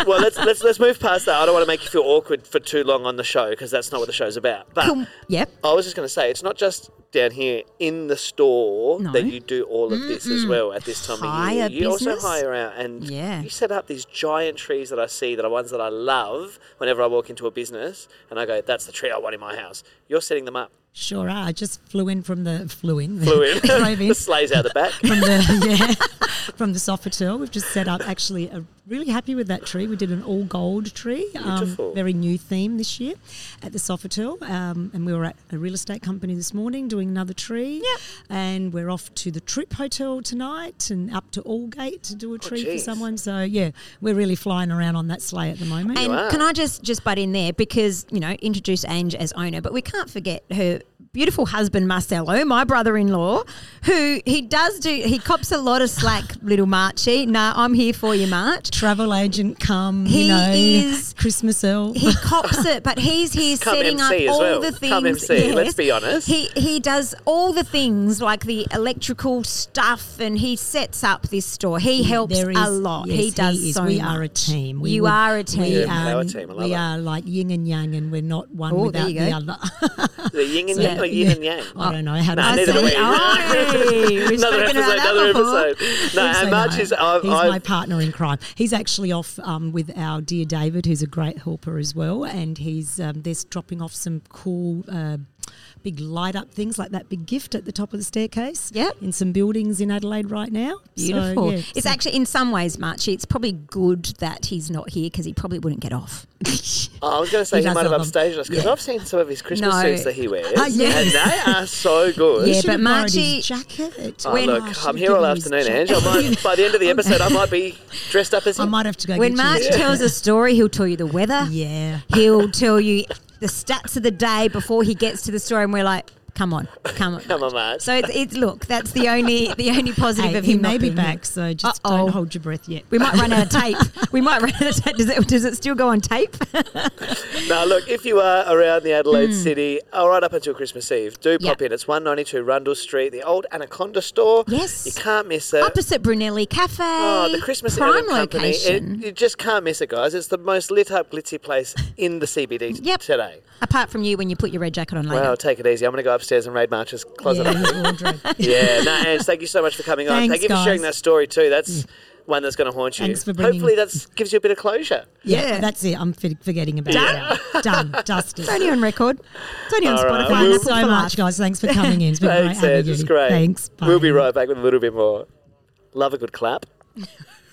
Speaker 2: Well, let's, let's let's move past that. I don't want to make you feel awkward for too long on the show because that's not what the show's about. But
Speaker 1: Cool. Um, Yep.
Speaker 2: I was just going to say, it's not just down here in the store
Speaker 1: No.
Speaker 2: that you do all of this as well at this time
Speaker 1: Hire
Speaker 2: of year. You
Speaker 1: business.
Speaker 2: also hire out and
Speaker 1: Yeah.
Speaker 2: you set up these giant trees that I see that are ones that I love whenever I walk into a business and I go, that's the tree I want in my house. You're setting them up.
Speaker 5: Sure are. I just flew in from the. Flew in.
Speaker 2: Flew in.
Speaker 5: drove in.
Speaker 2: the sleigh's out the back.
Speaker 5: from the yeah from the Sofitel. We've just set up actually a really happy with that tree. We did an all gold tree, um,
Speaker 2: Beautiful.
Speaker 5: very new theme this year at the Sofitel, um, and we were at a real estate company this morning doing another tree.
Speaker 1: Yep.
Speaker 5: and we're off to the Trip Hotel tonight and up to Allgate to
Speaker 1: Oh,
Speaker 5: do a tree for
Speaker 2: geez.
Speaker 5: someone. So yeah, we're really flying around on that sleigh at the moment.
Speaker 1: And
Speaker 2: are.
Speaker 1: can I just just butt in there because you know introduce Ange as owner, but we can't forget her beautiful husband Marcelo, my brother-in-law, who he does do he cops a lot of slack, little Marchie. Nah, I'm here for you, March.
Speaker 5: Travel agent come,
Speaker 1: He
Speaker 5: you know,
Speaker 1: is-
Speaker 5: Christmas elf.
Speaker 1: He cops it, but he's here
Speaker 2: Come
Speaker 1: setting up
Speaker 2: MC as
Speaker 1: all
Speaker 2: well.
Speaker 1: the things.
Speaker 2: Come MC, let's be honest.
Speaker 1: He he does all the things like the electrical stuff, and he sets up this store. He helps
Speaker 5: There
Speaker 1: a
Speaker 5: is-
Speaker 1: lot.
Speaker 5: yes,
Speaker 1: he does
Speaker 5: is.
Speaker 1: so
Speaker 5: We
Speaker 1: much.
Speaker 5: are a team. We
Speaker 1: you
Speaker 5: would-
Speaker 1: are a team.
Speaker 5: We
Speaker 2: Yeah,
Speaker 5: are,
Speaker 2: power team. I love
Speaker 5: we
Speaker 2: it.
Speaker 5: are like yin and yang, and we're not one
Speaker 1: Oh, there
Speaker 5: without
Speaker 1: you go.
Speaker 5: the other.
Speaker 2: The yin and
Speaker 1: So-
Speaker 2: yang, or yin and yang.
Speaker 5: I don't know how to
Speaker 2: Nah,
Speaker 5: say
Speaker 2: neither do
Speaker 5: that.
Speaker 2: we.
Speaker 1: Hey, we've
Speaker 2: another
Speaker 1: spoken
Speaker 2: episode.
Speaker 1: about that
Speaker 2: Another
Speaker 1: before.
Speaker 2: episode. No, and
Speaker 5: He's so
Speaker 2: March
Speaker 5: nice.
Speaker 2: is. I've,
Speaker 5: he's my
Speaker 2: I've,
Speaker 5: partner in crime. He's actually off um, with our dear David, who's a great helper as well, and he's um, they're dropping off some cool. Uh, Big light up things like that big gift at the top of the staircase.
Speaker 1: Yep.
Speaker 5: In some buildings in Adelaide right now. So,
Speaker 1: Beautiful.
Speaker 5: yeah,
Speaker 1: it's
Speaker 5: so-
Speaker 1: actually, in some ways, Marchie, it's probably good that he's not here because he probably wouldn't get off.
Speaker 2: I was going to say
Speaker 5: He
Speaker 2: he,
Speaker 5: does
Speaker 2: might have
Speaker 5: love 'em.
Speaker 2: upstaged us because
Speaker 5: Yeah.
Speaker 2: I've seen some of his Christmas
Speaker 1: No.
Speaker 2: suits that he wears,
Speaker 5: Ah,
Speaker 2: and
Speaker 5: yes.
Speaker 2: they are so good.
Speaker 1: Yeah,
Speaker 5: Should
Speaker 1: but
Speaker 5: have borrowed his
Speaker 1: Margie-
Speaker 5: jacket.
Speaker 2: Oh,
Speaker 1: When-
Speaker 2: look,
Speaker 1: I
Speaker 2: I'm here all afternoon, Ange. I might, by the end of the episode, I might be dressed up as
Speaker 5: I
Speaker 2: him.
Speaker 5: might have to go.
Speaker 1: When
Speaker 5: get you
Speaker 1: March
Speaker 5: his jacket.
Speaker 1: tells a story, he'll tell you the weather.
Speaker 5: yeah.
Speaker 1: He'll tell you the stats of the day before he gets to the store, and we're like, "Come on, come on,
Speaker 2: Come on, Marge.
Speaker 1: So it's, it's look, that's the only the only positive
Speaker 5: Hey,
Speaker 1: of
Speaker 5: he
Speaker 1: him. not
Speaker 5: may be
Speaker 1: being here.
Speaker 5: back, so just
Speaker 1: Uh-oh.
Speaker 5: don't hold your breath yet.
Speaker 1: We might run out of tape. We might run out of tape. Does it, does it still go on tape?
Speaker 2: Now, look, if you are around the Adelaide city, all right up until Christmas Eve, do pop
Speaker 1: Hmm. Yeah.
Speaker 2: in. It's 192 Rundle Street, the old Anaconda store.
Speaker 1: Yes.
Speaker 2: You can't miss it.
Speaker 1: Opposite Brunelli Cafe.
Speaker 2: Oh, the Christmas
Speaker 1: prime
Speaker 2: Elm Company.
Speaker 1: location.
Speaker 2: It, you just can't miss it, guys. It's the most lit up, glitzy place in the CBD t-
Speaker 1: Yep.
Speaker 2: today.
Speaker 1: Apart from you, when you put your red jacket on later.
Speaker 2: Well, take it easy. I'm going to go upstairs and raid March's closet up.
Speaker 5: Yeah, Audrey.
Speaker 2: Yeah, no, Ange, thank you so much for coming on.
Speaker 5: Thanks,
Speaker 2: Thank you for sharing
Speaker 5: guys. Mm.
Speaker 2: that story too. That's one that's going to haunt you.
Speaker 5: Thanks for bringing-
Speaker 2: Hopefully, that gives you a bit of closure.
Speaker 5: Yeah,
Speaker 1: Yeah.
Speaker 5: that's it. I'm fi- forgetting about it. now. Done, dusted.
Speaker 1: It's only on record. It's only on
Speaker 2: All right,
Speaker 1: Spotify.
Speaker 2: Uh, we'll-
Speaker 1: and
Speaker 5: Thanks
Speaker 1: Apple
Speaker 5: so
Speaker 1: for
Speaker 5: much,
Speaker 1: life.
Speaker 5: guys. Thanks for coming in. It's been
Speaker 2: Thanks,
Speaker 5: great having
Speaker 2: Ange. It's
Speaker 5: you.
Speaker 2: great.
Speaker 5: Thanks. Bye.
Speaker 2: We'll be right back with a little bit more. Love a good clap.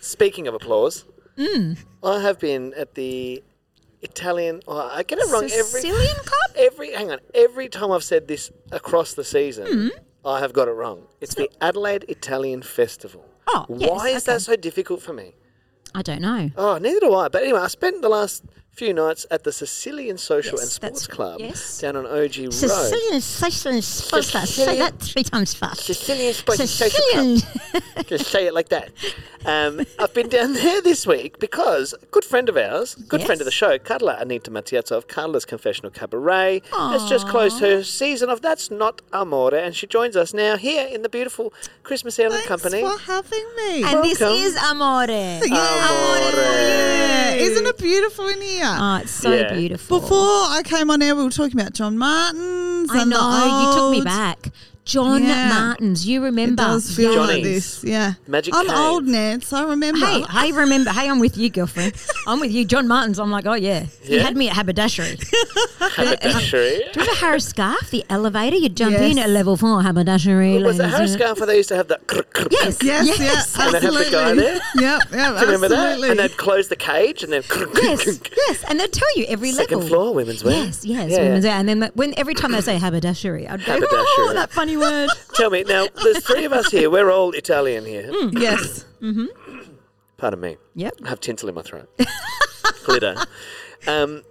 Speaker 2: Speaking of applause,
Speaker 5: Mm.
Speaker 2: I have been at the Italian. oh, I get it wrong every
Speaker 1: Sicilian club?
Speaker 2: Every hang on, every time I've said this across the season,
Speaker 5: Mm.
Speaker 2: I have got it wrong. It's the Adelaide Italian Festival.
Speaker 1: Oh, yes,
Speaker 2: why is
Speaker 1: okay.
Speaker 2: that so difficult for me?
Speaker 1: I don't know.
Speaker 2: Oh, neither do I. But anyway, I spent the last few nights at the Sicilian Social
Speaker 1: Yes,
Speaker 2: and Sports
Speaker 1: that's-
Speaker 2: Club
Speaker 1: yes.
Speaker 2: down on OG Road.
Speaker 1: Sicilian Sicilian sports class. Say
Speaker 2: Sicilian-
Speaker 1: that three times fast.
Speaker 2: Sicilian Sports and Social Club.
Speaker 1: Sicilian.
Speaker 2: Just say it like that. Um, I've been down there this week because a good friend of ours, good friend of the
Speaker 1: Yes.
Speaker 2: show, Carla Anita Matiazzo of Carla's Confessional Cabaret, has just closed her season of That's Not Amore, and she joins us now here in the beautiful Christmas Island Company.
Speaker 6: Thanks for having me.
Speaker 1: And this
Speaker 2: Welcome.
Speaker 1: is Amore.
Speaker 2: Amore.
Speaker 6: Yeah, Isn't it beautiful in here?
Speaker 1: Oh, it's so
Speaker 2: Yeah.
Speaker 1: beautiful.
Speaker 6: Before Oh, I came on air, we were talking about John Martin's.
Speaker 1: I
Speaker 6: and the
Speaker 1: know, you took me
Speaker 6: old-
Speaker 1: back. John
Speaker 6: Yeah.
Speaker 1: Martins, you remember.
Speaker 6: It does feel like
Speaker 2: Johnny's.
Speaker 6: this. Yeah.
Speaker 2: Magic
Speaker 6: I'm
Speaker 2: Cave.
Speaker 6: old, Nance. I remember.
Speaker 1: Hey, I remember. Hey, I'm with you, girlfriend. I'm with you, John Martins. I'm like, oh yeah, you
Speaker 2: Yeah?
Speaker 1: had me at haberdashery.
Speaker 2: Haberdashery.
Speaker 1: Do you ever Harris scarf? The elevator, you jump in
Speaker 6: Yes.
Speaker 1: at level four haberdashery.
Speaker 2: Was it
Speaker 1: ladies
Speaker 2: Harris
Speaker 1: and-
Speaker 2: Scarf where they used to have that? krr, krr,
Speaker 1: Yes,
Speaker 6: Yes,
Speaker 1: yes,
Speaker 6: yeah,
Speaker 2: And they had
Speaker 6: absolutely.
Speaker 2: the guy there?
Speaker 6: Yep, yeah,
Speaker 2: Do you remember
Speaker 6: absolutely.
Speaker 2: that? And they'd close the cage and then.
Speaker 1: yes, yes. And they'll tell you every
Speaker 2: Second
Speaker 1: level.
Speaker 2: floor women's wear.
Speaker 1: Yes, yes,
Speaker 2: Yeah, yeah.
Speaker 1: women's wear. And then when every time they say haberdashery, I'd go, oh,
Speaker 2: Haberdashery.
Speaker 1: that funny word.
Speaker 2: Tell me now. There's three of us here. We're all Italian here.
Speaker 1: Mm.
Speaker 6: yes.
Speaker 2: Pardon me.
Speaker 1: Mm-hmm. Yep.
Speaker 2: I have tinsel in my throat. Glitter. Um,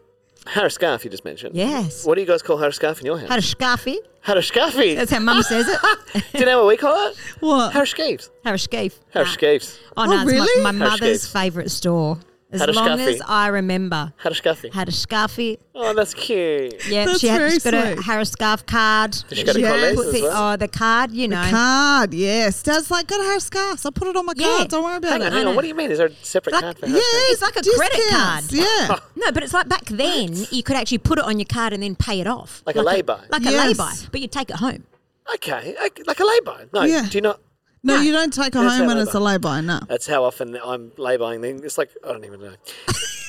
Speaker 2: Harris Scarf, you just mentioned.
Speaker 1: Yes.
Speaker 2: What do you guys call Harris Scarf in your house?
Speaker 1: Harris scarfy.
Speaker 2: Harris Scarfy.
Speaker 1: That's how Mum says it.
Speaker 2: Do you know what we call it?
Speaker 6: What?
Speaker 2: Harris Scaves.
Speaker 1: Harris scarf.
Speaker 2: Harris Scaves.
Speaker 1: Oh, no,
Speaker 6: Oh,
Speaker 1: it's
Speaker 6: really?
Speaker 1: my, my
Speaker 2: Harris
Speaker 1: mother's
Speaker 2: Scarf.
Speaker 1: favourite store. As
Speaker 2: Harris
Speaker 1: long
Speaker 2: Scarfy.
Speaker 1: as I remember.
Speaker 2: Harris Scarfy.
Speaker 1: Had a scarfy.
Speaker 2: Oh, that's cute.
Speaker 1: Yeah,
Speaker 6: That's
Speaker 1: she had
Speaker 6: very
Speaker 1: she's got a
Speaker 6: sweet.
Speaker 1: Harris scarf card.
Speaker 2: Has she got a
Speaker 6: Yes.
Speaker 2: collet
Speaker 1: Put
Speaker 2: as
Speaker 1: the,
Speaker 2: well?
Speaker 1: oh, the card, you know.
Speaker 6: Card, Ah, yes. Dad's like, gotta have scarves. I put it on my
Speaker 1: Yeah.
Speaker 6: card. Don't worry about
Speaker 2: Hang on,
Speaker 6: it.
Speaker 2: hang
Speaker 1: know.
Speaker 2: on. What do you mean? Is there a separate
Speaker 1: Like,
Speaker 2: card for
Speaker 6: Yeah,
Speaker 2: Harris Scarf?
Speaker 1: It's like a credit
Speaker 6: discounts,
Speaker 1: card.
Speaker 6: Yeah.
Speaker 1: No, but it's like back then you could actually put it on your card and then pay it off.
Speaker 2: Like a lay-by.
Speaker 1: Like a
Speaker 6: Yes.
Speaker 1: lay-by, but you take it home.
Speaker 2: Okay. okay, Like a lay-by. No,
Speaker 6: Yeah.
Speaker 2: do you not?
Speaker 6: No, you don't take her
Speaker 2: That's
Speaker 6: home when
Speaker 2: how
Speaker 6: it's a lay by, no.
Speaker 2: That's how often I'm lay-buying things. It's like, I don't even know.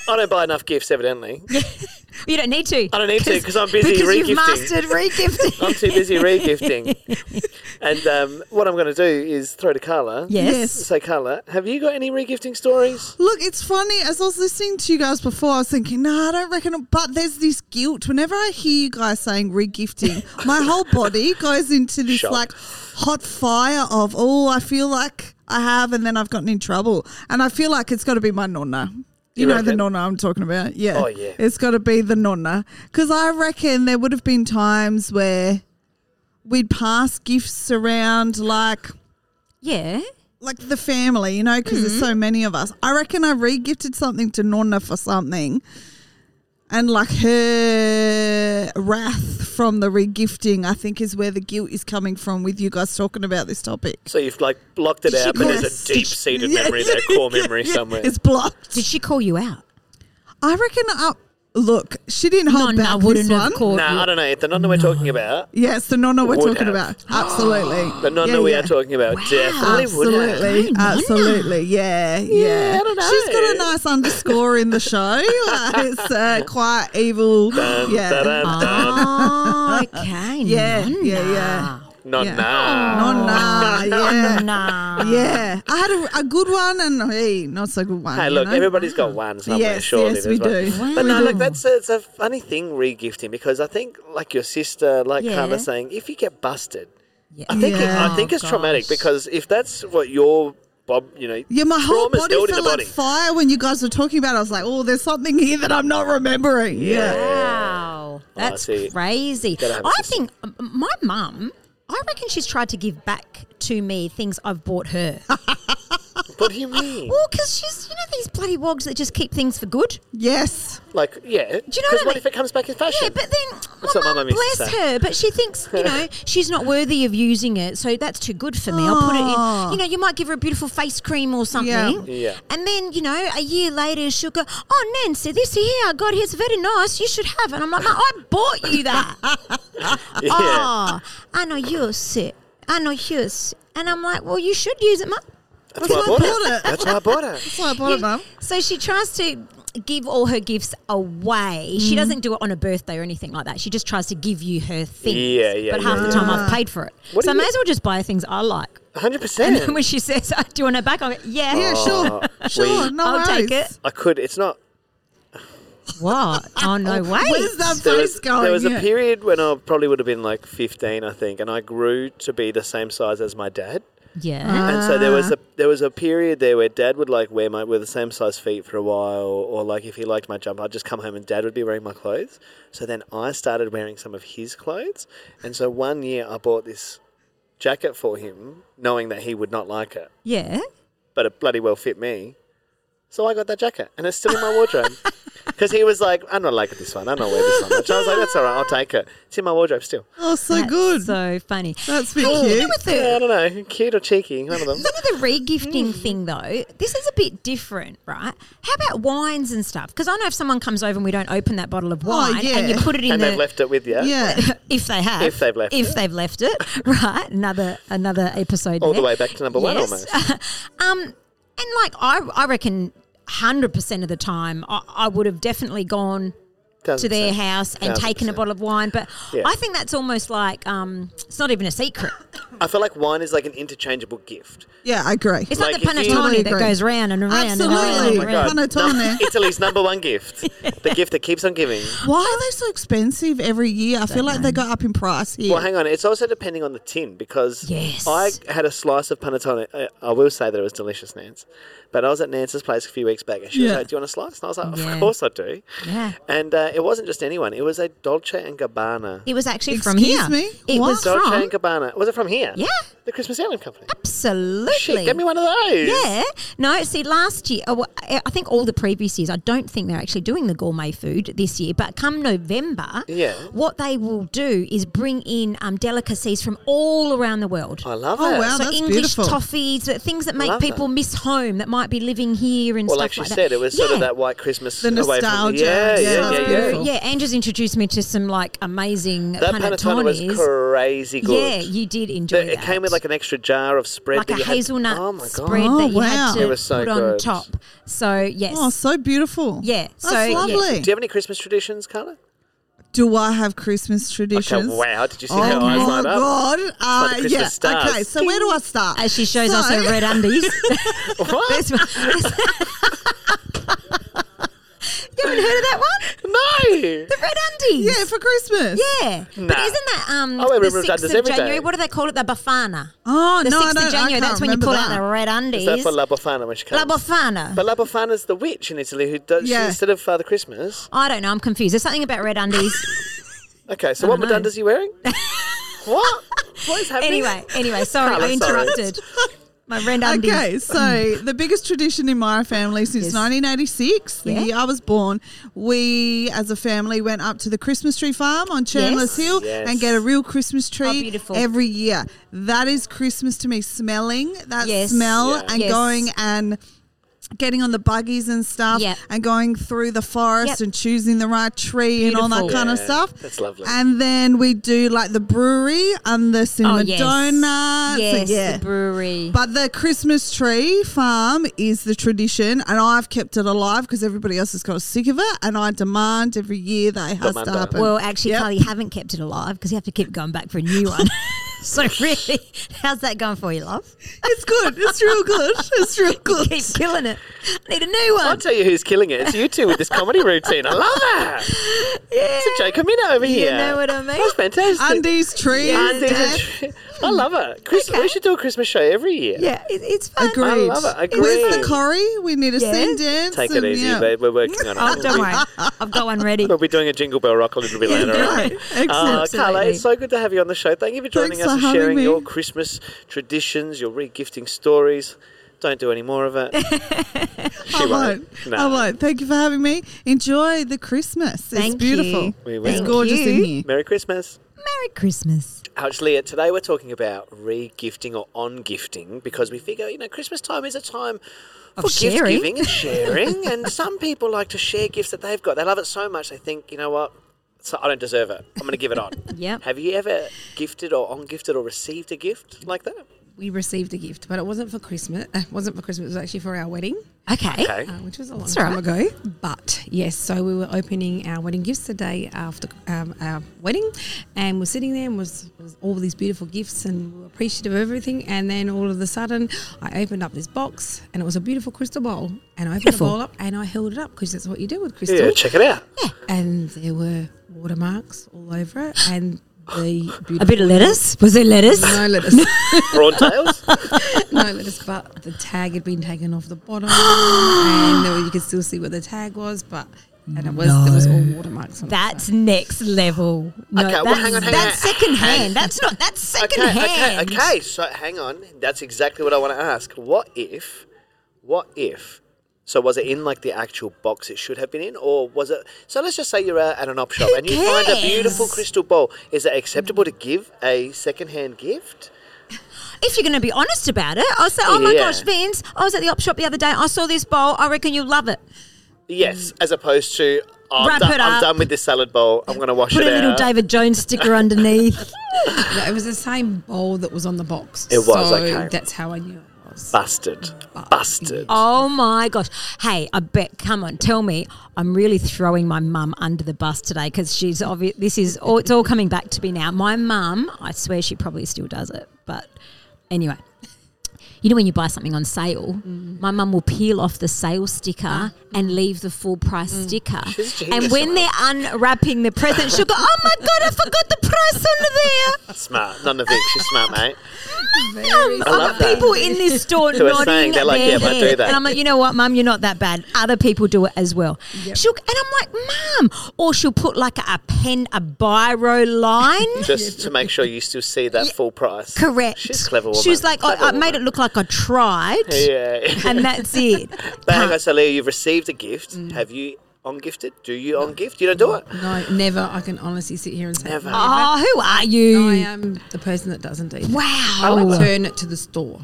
Speaker 2: I don't buy enough gifts, evidently.
Speaker 1: You don't need to.
Speaker 2: I don't need to because I'm busy
Speaker 1: because
Speaker 2: regifting.
Speaker 1: you've mastered regifting.
Speaker 2: I'm too busy regifting. and um, what I'm going to do is throw to Carla.
Speaker 1: yes.
Speaker 2: Say, Carla, have you got any regifting stories?
Speaker 6: Look, it's funny. As I was listening to you guys before, I was thinking, no, I don't reckon. it- But there's this guilt. Whenever I hear you guys saying regifting, my whole body goes into this
Speaker 2: Shock.
Speaker 6: like hot fire of, oh, I feel like I have, and then I've gotten in trouble. And I feel like it's got to be my nonna. You,
Speaker 2: You
Speaker 6: know the
Speaker 2: reckon?
Speaker 6: nonna I'm talking about? Yeah.
Speaker 2: Oh, yeah.
Speaker 6: It's got to be the nonna. Because I reckon there would have been times where we'd pass gifts around like
Speaker 1: Yeah.
Speaker 6: like the family, you know, because there's so many of us. I reckon I re-gifted something to Nonna for something, and like her wrath from the re-gifting, I think is where the guilt is coming from with you guys talking about this topic.
Speaker 2: So you've like blocked it out, but
Speaker 6: Yes.
Speaker 2: there's a deep seated memory there, core memory
Speaker 6: Yeah,
Speaker 2: somewhere.
Speaker 6: It's blocked.
Speaker 1: Did she call you out?
Speaker 6: I reckon. I, look, she didn't hold
Speaker 1: Nonna
Speaker 6: back
Speaker 1: wouldn't
Speaker 6: this
Speaker 1: have
Speaker 6: one.
Speaker 1: called you.
Speaker 2: Nah, I don't know. The nonna we're talking about,
Speaker 6: Yes, the Nonna we're
Speaker 2: Would
Speaker 6: talking
Speaker 2: have.
Speaker 6: about. Absolutely.
Speaker 2: the nonna
Speaker 6: Yeah,
Speaker 2: we
Speaker 6: yeah.
Speaker 2: are talking about, definitely would have.
Speaker 6: Absolutely,
Speaker 1: Go, Nonna.
Speaker 6: absolutely, yeah, yeah.
Speaker 2: I don't
Speaker 6: She's got a
Speaker 2: know.
Speaker 6: nice underscore in the show. Like, it's uh, quite evil.
Speaker 2: Um,
Speaker 6: yeah.
Speaker 2: Dun, dun.
Speaker 1: Oh, okay.
Speaker 6: Yeah,
Speaker 1: Nonna.
Speaker 6: yeah, yeah.
Speaker 2: Nonna.
Speaker 6: Nonna, yeah,
Speaker 1: Nonna.
Speaker 6: yeah. I had a, a good one and hey, not so good one.
Speaker 2: Hey,
Speaker 6: you
Speaker 2: look,
Speaker 6: know?
Speaker 2: everybody's got one somewhere,
Speaker 6: Yes,
Speaker 2: surely.
Speaker 6: yes,
Speaker 2: there's
Speaker 6: we
Speaker 2: one.
Speaker 6: do.
Speaker 2: But no,
Speaker 1: Wow.
Speaker 2: look, that's a, it's a funny thing, regifting, because I think, like your sister, like
Speaker 1: Yeah.
Speaker 2: Carla's saying, if you get busted,
Speaker 1: Yeah.
Speaker 2: I think
Speaker 6: Yeah.
Speaker 2: it, I think it's traumatic because if that's what your Bob, you know,
Speaker 6: Yeah, my whole
Speaker 2: trauma's
Speaker 6: body
Speaker 2: built in
Speaker 6: felt
Speaker 2: the body.
Speaker 6: like fire when you guys were talking about. it. I was like, oh, there's something here that I'm not remembering. Yeah.
Speaker 1: Wow. That's
Speaker 2: see.
Speaker 1: crazy.
Speaker 2: Gotta have a
Speaker 1: I
Speaker 2: system.
Speaker 1: think um, my mum, I reckon she's tried to give back to me things I've bought her.
Speaker 2: Hmm. What do you mean?
Speaker 1: well, because she's, you know, these bloody wogs that just keep things for good.
Speaker 6: Yes.
Speaker 2: Like, yeah. Do
Speaker 1: what
Speaker 2: you know
Speaker 1: I
Speaker 2: Because what
Speaker 1: mean?
Speaker 2: if it comes back in fashion?
Speaker 1: Yeah, but then
Speaker 2: That's
Speaker 1: my
Speaker 2: what my
Speaker 1: mum,
Speaker 2: mum used to
Speaker 1: bless
Speaker 2: say.
Speaker 1: her, but she thinks, you know, she's not worthy of using it, so that's too good for me. I'll put it in, you know, you might give her a beautiful face cream or something.
Speaker 2: Ah. Yeah.
Speaker 1: And then, you know, a year later she'll go, oh, Nancy, this here I got here's very nice, you should have it. And I'm like, "Ma, I bought you that.
Speaker 2: yeah.
Speaker 1: Oh, I know you're sick. I know you're sick. And I'm like, well, you should use it, mum.
Speaker 2: That's why I bought it. That's why I bought it.
Speaker 6: That's why I bought it, Mum.
Speaker 1: So she tries to give all her gifts away.
Speaker 6: Mm-hmm.
Speaker 1: She doesn't do it on a birthday or anything like that. She just tries to give you her things.
Speaker 2: Yeah, yeah,
Speaker 1: But half
Speaker 2: yeah,
Speaker 1: the time I've paid for it.
Speaker 2: What
Speaker 1: so I
Speaker 2: do
Speaker 1: may
Speaker 2: you-
Speaker 1: as well just buy her things I like. And then
Speaker 2: 100%.
Speaker 1: when she says, "Oh, do you want her back? I go, yeah.
Speaker 6: Yeah, sure. Sure.
Speaker 2: Oh, we-
Speaker 6: No
Speaker 1: I'll
Speaker 6: worries.
Speaker 1: take it.
Speaker 2: I could. It's not.
Speaker 1: What? Oh, no way.
Speaker 6: Where's that
Speaker 2: There
Speaker 6: face
Speaker 2: was,
Speaker 6: going?
Speaker 2: there was
Speaker 6: Yeah.
Speaker 2: a period when I probably would have been like 15, I think, and I grew to be the same size as my dad.
Speaker 1: Yeah.
Speaker 2: And so there was
Speaker 6: Ah.
Speaker 2: a there was a period there where Dad would like wear my wear the same size feet for a while, or like if he liked my jumper, I'd just come home and Dad would be wearing my clothes. So then I started wearing some of his clothes, and so one year I bought this jacket for him, knowing that he would not like it,
Speaker 1: Yeah.
Speaker 2: but it bloody well fit me. So I got that jacket, and it's still in my wardrobe. Because he was like, I'm not liking this one. I don't wear this one much. I was like, that's all right. I'll take it. It's in my wardrobe still.
Speaker 6: Oh, so good.
Speaker 1: So funny.
Speaker 6: That's pretty
Speaker 1: Hey, You know,
Speaker 6: cute.
Speaker 1: with the,
Speaker 2: Yeah, I don't know. Cute or cheeky, one of them.
Speaker 1: you know the re-gifting
Speaker 6: Mm.
Speaker 1: thing though this is a bit different right how about wines and stuff because i know if someone comes over and we don't open that bottle of wine and you
Speaker 6: Oh, yeah.
Speaker 1: put it in
Speaker 2: And
Speaker 1: the
Speaker 2: they've left it with you.
Speaker 6: Yeah.
Speaker 1: if they have
Speaker 2: Oh. If they've left
Speaker 1: if
Speaker 2: it.
Speaker 1: they've left it right another another episode
Speaker 2: All
Speaker 1: there.
Speaker 2: the way back to number one
Speaker 1: Yes.
Speaker 2: almost.
Speaker 1: um and like i i reckon 100% of the time i, I would have definitely gone to
Speaker 2: Thousand
Speaker 1: their
Speaker 2: percent.
Speaker 1: house and
Speaker 2: Thousand
Speaker 1: taken a
Speaker 2: percent.
Speaker 1: bottle of wine but
Speaker 2: Yeah.
Speaker 1: i think that's almost like um it's not even a secret
Speaker 2: I feel like wine is like an interchangeable gift.
Speaker 6: Yeah, I agree.
Speaker 1: it's
Speaker 2: Like,
Speaker 1: like the
Speaker 2: if
Speaker 1: panettone
Speaker 2: you-
Speaker 6: Totally
Speaker 1: that
Speaker 6: agree.
Speaker 1: goes round and around and
Speaker 6: Absolutely.
Speaker 1: around and
Speaker 6: Right.
Speaker 1: around
Speaker 2: num- Oh
Speaker 6: Panettone.
Speaker 2: Italy's number one gift. The gift that keeps on giving.
Speaker 6: Why are they so expensive every year? I feel like they go up in price here.
Speaker 2: Well, hang on. It's also depending on the tin because
Speaker 1: Yes.
Speaker 2: I had a slice of panettone. I, I will say that it was delicious, Nance. But I was at Nance's place a few weeks back and she was
Speaker 6: Yeah.
Speaker 2: like, Do you want a slice? And I was like, Of
Speaker 1: Yeah.
Speaker 2: course I do.
Speaker 1: Yeah.
Speaker 2: And uh, it wasn't just anyone, it was a Dolce and Gabbana.
Speaker 1: It was actually from
Speaker 6: Excuse
Speaker 1: here.
Speaker 6: me?
Speaker 1: It
Speaker 6: What?
Speaker 1: was
Speaker 2: Dolce
Speaker 1: from
Speaker 2: and Gabbana. Was it from here?
Speaker 1: Yeah.
Speaker 2: The Christmas Island Company.
Speaker 1: absolutely.
Speaker 2: Shit, get me one of those.
Speaker 1: Yeah. No. See, last year, oh, well, I I think all the previous years, I don't think they're actually doing the gourmet food this year. But come November,
Speaker 2: Yeah.
Speaker 1: what they will do is bring in um, delicacies from all around the world.
Speaker 2: I love
Speaker 6: Oh,
Speaker 2: it.
Speaker 6: wow.
Speaker 1: so
Speaker 6: that's
Speaker 1: English
Speaker 6: beautiful.
Speaker 1: toffees, uh, things that make
Speaker 2: Love
Speaker 1: people
Speaker 2: that.
Speaker 1: miss home, that might be living here and
Speaker 2: Well,
Speaker 1: stuff
Speaker 2: like she
Speaker 1: that.
Speaker 2: said, it was sort
Speaker 1: Yeah.
Speaker 2: of that white Christmas
Speaker 6: The
Speaker 2: away from
Speaker 6: nostalgia.
Speaker 2: yeah,
Speaker 6: Yeah,
Speaker 2: yeah,
Speaker 6: that's
Speaker 2: yeah, yeah.
Speaker 6: beautiful.
Speaker 1: Yeah, Andrew's introduced me to some like amazing
Speaker 2: That panettone was
Speaker 1: panettones.
Speaker 2: crazy good.
Speaker 1: Yeah, you did enjoy
Speaker 2: The-
Speaker 1: that.
Speaker 2: It came with like an extra jar of spread.
Speaker 1: like
Speaker 2: that
Speaker 1: a
Speaker 2: you had-
Speaker 1: hazelnut
Speaker 2: oh my god!
Speaker 1: spread
Speaker 6: Oh,
Speaker 1: that you had
Speaker 6: wow.
Speaker 1: to
Speaker 2: It was so
Speaker 1: put on
Speaker 2: good.
Speaker 1: top. So yes,
Speaker 6: Oh, so beautiful.
Speaker 1: Yeah,
Speaker 6: That's
Speaker 1: so-
Speaker 6: lovely.
Speaker 2: Do you have any Christmas traditions, Carla?
Speaker 6: Do I have Christmas
Speaker 2: Okay,
Speaker 6: traditions?
Speaker 2: wow! Did you see
Speaker 6: Oh,
Speaker 2: her eyes
Speaker 6: my
Speaker 2: light up?
Speaker 6: God. Uh,
Speaker 2: like the Christmas
Speaker 6: yeah.
Speaker 2: stars.
Speaker 6: Okay, so where do I start?
Speaker 1: as she shows
Speaker 6: so,
Speaker 1: us her red undies.
Speaker 2: What?
Speaker 1: That's what- you haven't heard of that one?
Speaker 2: no.
Speaker 1: The red undies.
Speaker 6: Yeah, for Christmas.
Speaker 1: Yeah. But
Speaker 2: Nah.
Speaker 1: isn't that um
Speaker 2: I wear
Speaker 1: the
Speaker 2: red
Speaker 1: sixth of
Speaker 2: unders every
Speaker 1: January?
Speaker 2: day.
Speaker 1: What do they call it? The bafana.
Speaker 6: Oh,
Speaker 1: the
Speaker 6: no, I
Speaker 1: sixth
Speaker 6: don't,
Speaker 1: of January.
Speaker 6: I
Speaker 1: That's
Speaker 6: can't
Speaker 1: when you pull
Speaker 6: remember
Speaker 1: out
Speaker 6: that.
Speaker 1: the red undies.
Speaker 2: Is that for La Befana when she comes?
Speaker 1: La bafana.
Speaker 2: But La Befana's the witch in Italy who does
Speaker 6: Yeah.
Speaker 2: she, instead of Father Christmas.
Speaker 1: I don't know. I'm confused. There's something about red undies.
Speaker 2: Okay, so what
Speaker 1: don't know.
Speaker 2: Madonna's are you wearing? What? What is happening?
Speaker 1: Anyway, anyway, sorry,
Speaker 2: Carla,
Speaker 1: I
Speaker 2: sorry.
Speaker 1: interrupted. My friend undies.
Speaker 6: Okay, so the biggest tradition in my family since
Speaker 1: Yes.
Speaker 6: 1986, the
Speaker 1: Yeah.
Speaker 6: year I was born, we as a family went up to the Christmas tree farm on Chandler's
Speaker 1: Yes.
Speaker 6: Hill
Speaker 2: Yes.
Speaker 6: and get a real Christmas tree
Speaker 1: beautiful.
Speaker 6: every year. That is Christmas to me, smelling that
Speaker 1: Yes.
Speaker 6: smell
Speaker 2: Yeah.
Speaker 6: and
Speaker 1: Yes.
Speaker 6: going and getting on the buggies and stuff
Speaker 1: Yep.
Speaker 6: and going through the forest
Speaker 1: Yep.
Speaker 6: and choosing the right tree and all that
Speaker 1: Beautiful.
Speaker 6: kind of
Speaker 2: Yeah,
Speaker 6: stuff.
Speaker 2: that's lovely.
Speaker 6: And then we do like the brewery and the
Speaker 1: Oh,
Speaker 6: cinnamon
Speaker 1: yes.
Speaker 6: donuts.
Speaker 1: Yes,
Speaker 6: yeah.
Speaker 1: the brewery.
Speaker 6: But the Christmas tree farm is the tradition, and I've kept it alive because everybody else has got sick of it, and I demand every year that it has
Speaker 2: Demand
Speaker 6: to
Speaker 2: that.
Speaker 6: happen.
Speaker 1: well, actually,
Speaker 6: Yep.
Speaker 1: Carly, you haven't kept it alive because you have to keep going back for a new one. so really, how's that going for you, love?
Speaker 6: it's good. It's real good. It's real good.
Speaker 1: Keep killing it. I need a new
Speaker 2: I'll
Speaker 1: one.
Speaker 2: tell you who's killing it. It's you two with this comedy routine. I love it. It's a Joe Camino over
Speaker 1: You
Speaker 2: here.
Speaker 1: know what I mean?
Speaker 2: That's fantastic.
Speaker 6: Undies, trees,
Speaker 2: Undies and
Speaker 6: death.
Speaker 2: tr- I love it. Chris, We should do a Christmas show every year.
Speaker 1: Yeah, it, it's fun.
Speaker 6: Agreed.
Speaker 2: I love it. Agreed.
Speaker 6: Where's the Corrie? We need a
Speaker 1: Yes.
Speaker 6: sing dance.
Speaker 2: Take it
Speaker 6: and,
Speaker 2: easy,
Speaker 6: yeah.
Speaker 2: babe. We're working on it.
Speaker 1: Oh, don't worry. I've got one ready.
Speaker 2: We'll be doing a Jingle Bell Rock a little bit later. all
Speaker 6: Right.
Speaker 2: right?
Speaker 6: Excellent.
Speaker 2: Uh, Carla,
Speaker 1: Absolutely.
Speaker 2: it's so good to have you on the show. Thank you for joining
Speaker 6: Thanks
Speaker 2: us
Speaker 6: for
Speaker 2: and
Speaker 6: having
Speaker 2: sharing
Speaker 6: me.
Speaker 2: your Christmas traditions, your regifting stories. Don't do any more of it. She
Speaker 6: I won't.
Speaker 2: No.
Speaker 6: I won't. Thank you for having me. Enjoy the Christmas.
Speaker 1: Thank
Speaker 6: it's beautiful.
Speaker 1: you.
Speaker 2: We
Speaker 6: It's
Speaker 2: will.
Speaker 6: gorgeous
Speaker 1: Thank you.
Speaker 6: in here.
Speaker 2: Merry Christmas.
Speaker 1: Merry Christmas.
Speaker 2: Ouch, Leah. uh, Today we're talking about re-gifting or on-gifting because we figure, you know, Christmas time is a time for
Speaker 1: Of
Speaker 2: gift
Speaker 1: sharing.
Speaker 2: giving and sharing. and some people like to share gifts that they've got. They love it so much they think, you know what? So I don't deserve it. I'm going to give it on.
Speaker 1: Yep.
Speaker 2: Have you ever gifted or on-gifted or received a gift like that?
Speaker 7: We received a gift, but it wasn't for Christmas. It wasn't for Christmas. It was actually for our wedding,
Speaker 1: Okay.
Speaker 2: Okay.
Speaker 7: uh, which was a long
Speaker 1: That's all
Speaker 7: time
Speaker 1: right.
Speaker 7: ago. But yes, so we were opening our wedding gifts the day after um, our wedding, and we're sitting there and was, was all these beautiful gifts and we were appreciative of everything. And then all of a sudden, I opened up this box and it was a beautiful crystal bowl. And I opened
Speaker 1: Beautiful.
Speaker 7: the bowl up and I held it up because that's what you do with crystal
Speaker 2: Yeah, check it out.
Speaker 7: and there were watermarks all over it, and the beautiful
Speaker 1: A bit of lettuce. Was there lettuce?
Speaker 7: no lettuce,
Speaker 2: Brawn tails.
Speaker 7: no lettuce, but the tag had been taken off the bottom, and there were, you could still see where the tag was, but and it was there was all watermarks on
Speaker 1: That's next level. No,
Speaker 2: Okay, well,
Speaker 1: that's,
Speaker 2: hang on, hang
Speaker 1: that's
Speaker 2: on.
Speaker 1: second hand. That's not. That's second
Speaker 2: okay,
Speaker 1: hand.
Speaker 2: okay, okay. So hang on. That's exactly what I want to ask. What if? What if? So was it in like the actual box it should have been in, or was it? So let's just say you're uh, at an op shop and you find a beautiful
Speaker 1: cares?
Speaker 2: crystal bowl. Is it acceptable to give a second-hand gift?
Speaker 1: If you're going to be honest about it, I'll say, oh my
Speaker 2: Yeah.
Speaker 1: gosh, Vince, I was at the op shop the other day. I saw this bowl. I reckon you'll love it.
Speaker 2: Yes, as opposed to "Oh,
Speaker 1: Mm.
Speaker 2: I'm,
Speaker 1: Wrap
Speaker 2: done,
Speaker 1: it
Speaker 2: I'm
Speaker 1: up.
Speaker 2: done with this salad bowl. I'm going to wash
Speaker 1: Put
Speaker 2: it
Speaker 1: a little
Speaker 2: out.
Speaker 1: David Jones sticker underneath.
Speaker 7: it. No, it was the same bowl that was on the box.
Speaker 2: It was,
Speaker 7: so
Speaker 2: okay.
Speaker 7: That's how I knew it was.
Speaker 2: Busted. Busted.
Speaker 1: Oh my gosh. Hey, I bet. Come on, tell me. I'm really throwing my mum under the bus today because she's obvious. This is all, it's all coming back to me now. My mum, I swear she probably still does it. But anyway, you know, when you buy something on sale,
Speaker 2: Mm.
Speaker 1: my mum will peel off the sale sticker and leave the full price sticker.
Speaker 2: Ah. Mm. She's a
Speaker 1: And
Speaker 2: genius,
Speaker 1: when
Speaker 2: Mum.
Speaker 1: they're unwrapping the present, she'll go, Oh my God, I forgot the price under there.
Speaker 2: Smart. None of it. She's smart, mate. love
Speaker 1: Um, Other
Speaker 2: that.
Speaker 1: people in this store
Speaker 2: Who are
Speaker 1: nodding
Speaker 2: saying, they're like,
Speaker 1: their
Speaker 2: "Yeah, but do
Speaker 1: head.
Speaker 2: that."
Speaker 1: And I'm like, you know what, Mum, you're not that bad. Other people do it as well. She'll, and I'm like, Mum. Or she'll put like a, pen, a biro line.
Speaker 2: Just to make sure you still see that full price.
Speaker 1: Correct.
Speaker 2: She's a clever. Woman.
Speaker 1: She was like, I,
Speaker 2: Clever
Speaker 1: I made it
Speaker 2: woman.
Speaker 1: look like I tried.
Speaker 2: Yeah.
Speaker 1: And that's it.
Speaker 2: But hang on, so Leah, you've received a gift.
Speaker 1: Mm.
Speaker 2: Have you on gifted? Do you on gift? You don't do it.
Speaker 7: No, never. I can honestly sit here and say
Speaker 2: Never.
Speaker 1: Oh, who are
Speaker 7: I
Speaker 1: you?
Speaker 7: am the person that doesn't do that. I
Speaker 1: Wow.
Speaker 7: return it to the store.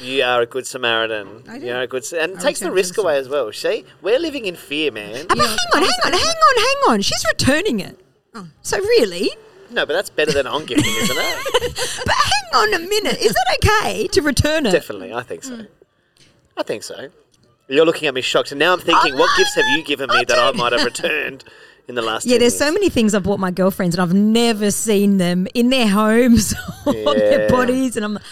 Speaker 2: You are a good Samaritan.
Speaker 7: I do.
Speaker 2: You are a good, Sa- and it
Speaker 7: I
Speaker 2: takes the
Speaker 7: return
Speaker 2: risk
Speaker 7: to the
Speaker 2: away as well. See, we're living in fear, man.
Speaker 1: Oh, but hang on, hang on, hang on, hang on. She's returning it.
Speaker 7: Oh.
Speaker 1: So really?
Speaker 2: No, but that's better than on gifting, isn't it?
Speaker 1: But hang on a minute. Is that okay to return it?
Speaker 2: Definitely, I think
Speaker 1: Hmm.
Speaker 2: so. I think so. You're looking at me shocked, and now I'm thinking,
Speaker 1: Oh,
Speaker 2: what
Speaker 1: no,
Speaker 2: gifts have you given me
Speaker 1: I
Speaker 2: that I
Speaker 1: don't-
Speaker 2: might have returned in the last?
Speaker 1: Yeah,
Speaker 2: 10
Speaker 1: there's so
Speaker 2: years?
Speaker 1: many things I bought my girlfriends and I've never seen them in their homes or on
Speaker 2: Yeah.
Speaker 1: their bodies. And I'm like,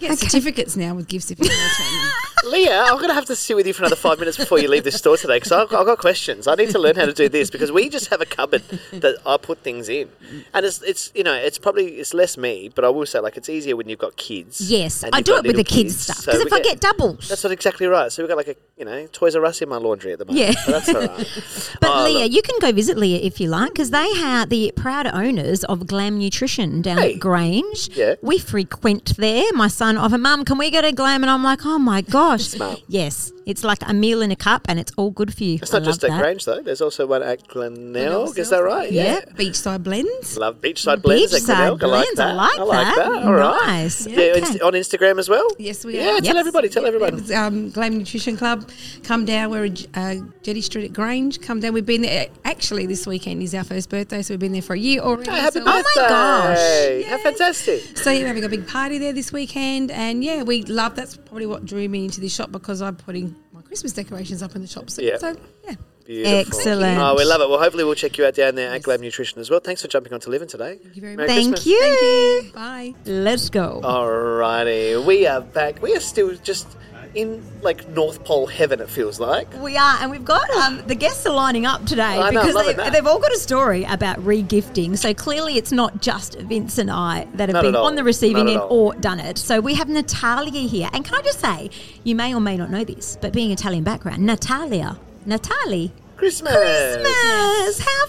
Speaker 7: Get certificates now with gifts if you return them.
Speaker 2: Leah, I'm going to have to sit with you for another five minutes before you leave this store today because I've, got- I've got questions. I need to learn how to do this because we just have a cupboard that I put things in, and it's it's you know it's probably it's less me, but I will say like it's easier when you've got kids.
Speaker 1: Yes,
Speaker 2: and
Speaker 1: I
Speaker 2: you've
Speaker 1: do
Speaker 2: got
Speaker 1: it with the
Speaker 2: little
Speaker 1: kids, stuff
Speaker 2: so
Speaker 1: because
Speaker 2: we
Speaker 1: if I get doubles,
Speaker 2: that's not exactly right. So we've got like a you know Toys R Us in my laundry at the moment.
Speaker 1: Yeah.
Speaker 2: but that's all right.
Speaker 1: But
Speaker 2: Oh,
Speaker 1: Leah,
Speaker 2: look,
Speaker 1: you can go visit Leah if you like, because they are the proud owners of Glam Nutrition down
Speaker 2: Hey.
Speaker 1: at Grange.
Speaker 2: Yeah.
Speaker 1: We frequent there. My son often, Mum, can we go to Glam? And I'm like, oh my gosh.
Speaker 2: Smart.
Speaker 1: Yes. It's like a meal in a cup and it's all good for you.
Speaker 2: it's
Speaker 1: I
Speaker 2: not just
Speaker 1: love
Speaker 2: at
Speaker 1: that.
Speaker 2: Grange though. There's also one at Glenelg. Is that right?
Speaker 1: Yeah.
Speaker 7: Beachside blends.
Speaker 2: Love beachside blends. at
Speaker 1: Beachside
Speaker 2: Glenelg. I like
Speaker 1: blends, I
Speaker 2: that.
Speaker 1: like
Speaker 2: I like
Speaker 1: that.
Speaker 2: that. All right.
Speaker 1: Nice.
Speaker 2: Yeah,
Speaker 1: Okay.
Speaker 2: inst- on Instagram as well.
Speaker 7: Yes, we
Speaker 2: Yeah,
Speaker 7: are.
Speaker 2: tell
Speaker 1: Yes.
Speaker 2: everybody. Tell everybody.
Speaker 7: It's, um, Glam Nutrition Club. Come down. We're at uh, Jetty Street at Grange. Come down. We've been there. Actually, this weekend is our first birthday, so we've been there for a year already.
Speaker 2: Oh, happy
Speaker 7: so
Speaker 2: birthday!
Speaker 1: my gosh.
Speaker 2: How fantastic!
Speaker 7: So yeah, we're having a big party there this weekend, and yeah, we love. That's probably what drew me into this shop because I'm putting my Christmas decorations up in the shop soon.
Speaker 2: Yeah.
Speaker 7: So yeah,
Speaker 2: Beautiful.
Speaker 1: Excellent.
Speaker 2: Oh, we love it. Well, hopefully we'll check you out down there at Glam Nutrition as well. Thanks for jumping on to Living today. Thank
Speaker 7: you very
Speaker 2: Merry
Speaker 7: much.
Speaker 1: Thank
Speaker 2: Christmas.
Speaker 1: you.
Speaker 7: bye.
Speaker 1: Let's go.
Speaker 2: Alrighty, we are back. We are still just in like North Pole heaven. It feels like.
Speaker 1: We are, and we've got um, the guests are lining up today
Speaker 2: I know,
Speaker 1: because
Speaker 2: loving
Speaker 1: they,
Speaker 2: that.
Speaker 1: they've all got a story about regifting. So clearly, it's not just Vince and I that have
Speaker 2: Not
Speaker 1: been
Speaker 2: at all.
Speaker 1: on the receiving
Speaker 2: Not
Speaker 1: end
Speaker 2: at all.
Speaker 1: or done it. So we have Natalia here, and can I just say, you may or may not know this, but being Italian background, Natalia, Natalie,
Speaker 2: Christmas.
Speaker 1: Christmas, how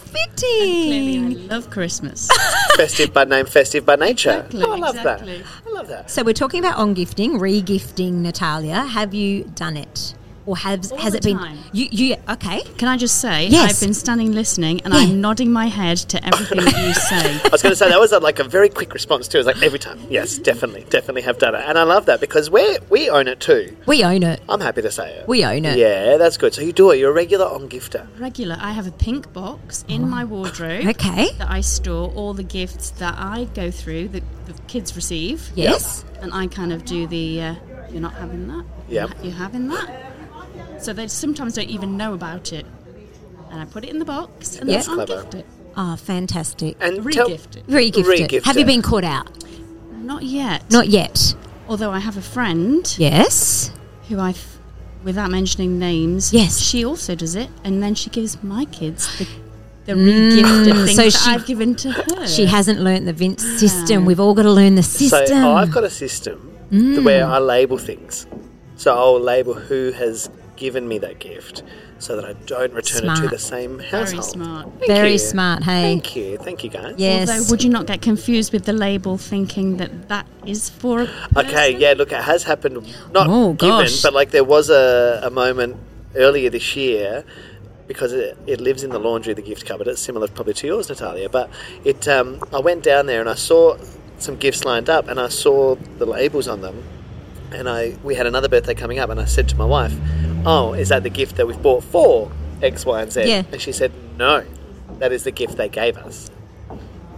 Speaker 1: fitting!
Speaker 8: Clearly, I love Christmas.
Speaker 2: Festive by name, festive by nature.
Speaker 8: Exactly,
Speaker 2: Oh, I love
Speaker 8: exactly.
Speaker 2: that. I love that.
Speaker 1: So we're talking about on gifting, regifting. Natalia, have you done it, or have
Speaker 8: All
Speaker 1: has
Speaker 8: the
Speaker 1: it been?
Speaker 8: time.
Speaker 1: You, you okay?
Speaker 8: Can I just say,
Speaker 1: Yes.
Speaker 8: I've been standing listening and
Speaker 1: Yeah.
Speaker 8: I'm nodding my head to everything that you say.
Speaker 2: I was going to say that was uh, like a very quick response too. It's like every time, yes, definitely, definitely have done it, and I love that because we we own it too.
Speaker 1: We own it.
Speaker 2: I'm happy to say it.
Speaker 1: We own it.
Speaker 2: Yeah, that's good. So you do it. You're a regular on gifter.
Speaker 8: Regular, I have a pink box in my wardrobe
Speaker 1: Oh. Okay.
Speaker 8: that I store all the gifts that I go through, that the kids receive.
Speaker 1: Yes.
Speaker 8: And I kind of do the, uh, you're not having that.
Speaker 2: Yep.
Speaker 8: You're having that. So they sometimes don't even know about it. And I put it in the box and
Speaker 1: Yeah.
Speaker 8: then I
Speaker 2: Clever.
Speaker 8: gift it.
Speaker 1: Oh, fantastic.
Speaker 2: And tell-
Speaker 8: Regift it.
Speaker 1: Regifted.
Speaker 2: Regifted.
Speaker 1: Have you been caught out?
Speaker 8: Not yet.
Speaker 1: Not yet.
Speaker 8: Although I have a friend
Speaker 1: Yes.
Speaker 8: who I've, without mentioning names,
Speaker 1: Yes.
Speaker 8: she also does it, and then she gives my kids the, the
Speaker 9: Mm.
Speaker 8: regifted things
Speaker 1: so
Speaker 8: that
Speaker 1: she-
Speaker 8: I've given to her.
Speaker 1: She hasn't learnt the Vince system. We've all got to learn the system.
Speaker 2: Ah. So I've got a system th- where I label things. So I'll label who has given me that gift so that I don't return it to
Speaker 1: Smart.
Speaker 2: the same
Speaker 8: Very
Speaker 2: household.
Speaker 8: smart.
Speaker 2: Thank
Speaker 1: Very
Speaker 2: you.
Speaker 1: smart, hey?
Speaker 2: Thank you. Thank you, guys.
Speaker 1: Yes.
Speaker 8: Although, would you not get confused with the label, thinking that that is for? A person?
Speaker 2: Okay, yeah, look, it has happened. Not
Speaker 1: Oh,
Speaker 2: given,
Speaker 1: gosh.
Speaker 2: but like there was a, a moment earlier this year because it, it lives in the laundry of the gift cupboard. It's similar probably to yours, Natalia. But it, um, I went down there and I saw some gifts lined up and I saw the labels on them. And I we had another birthday coming up and I said to my wife, "Oh, is that the gift that we've bought for X, Y, and Z?"
Speaker 1: Yeah.
Speaker 2: And she said, "No, that is the gift they gave us."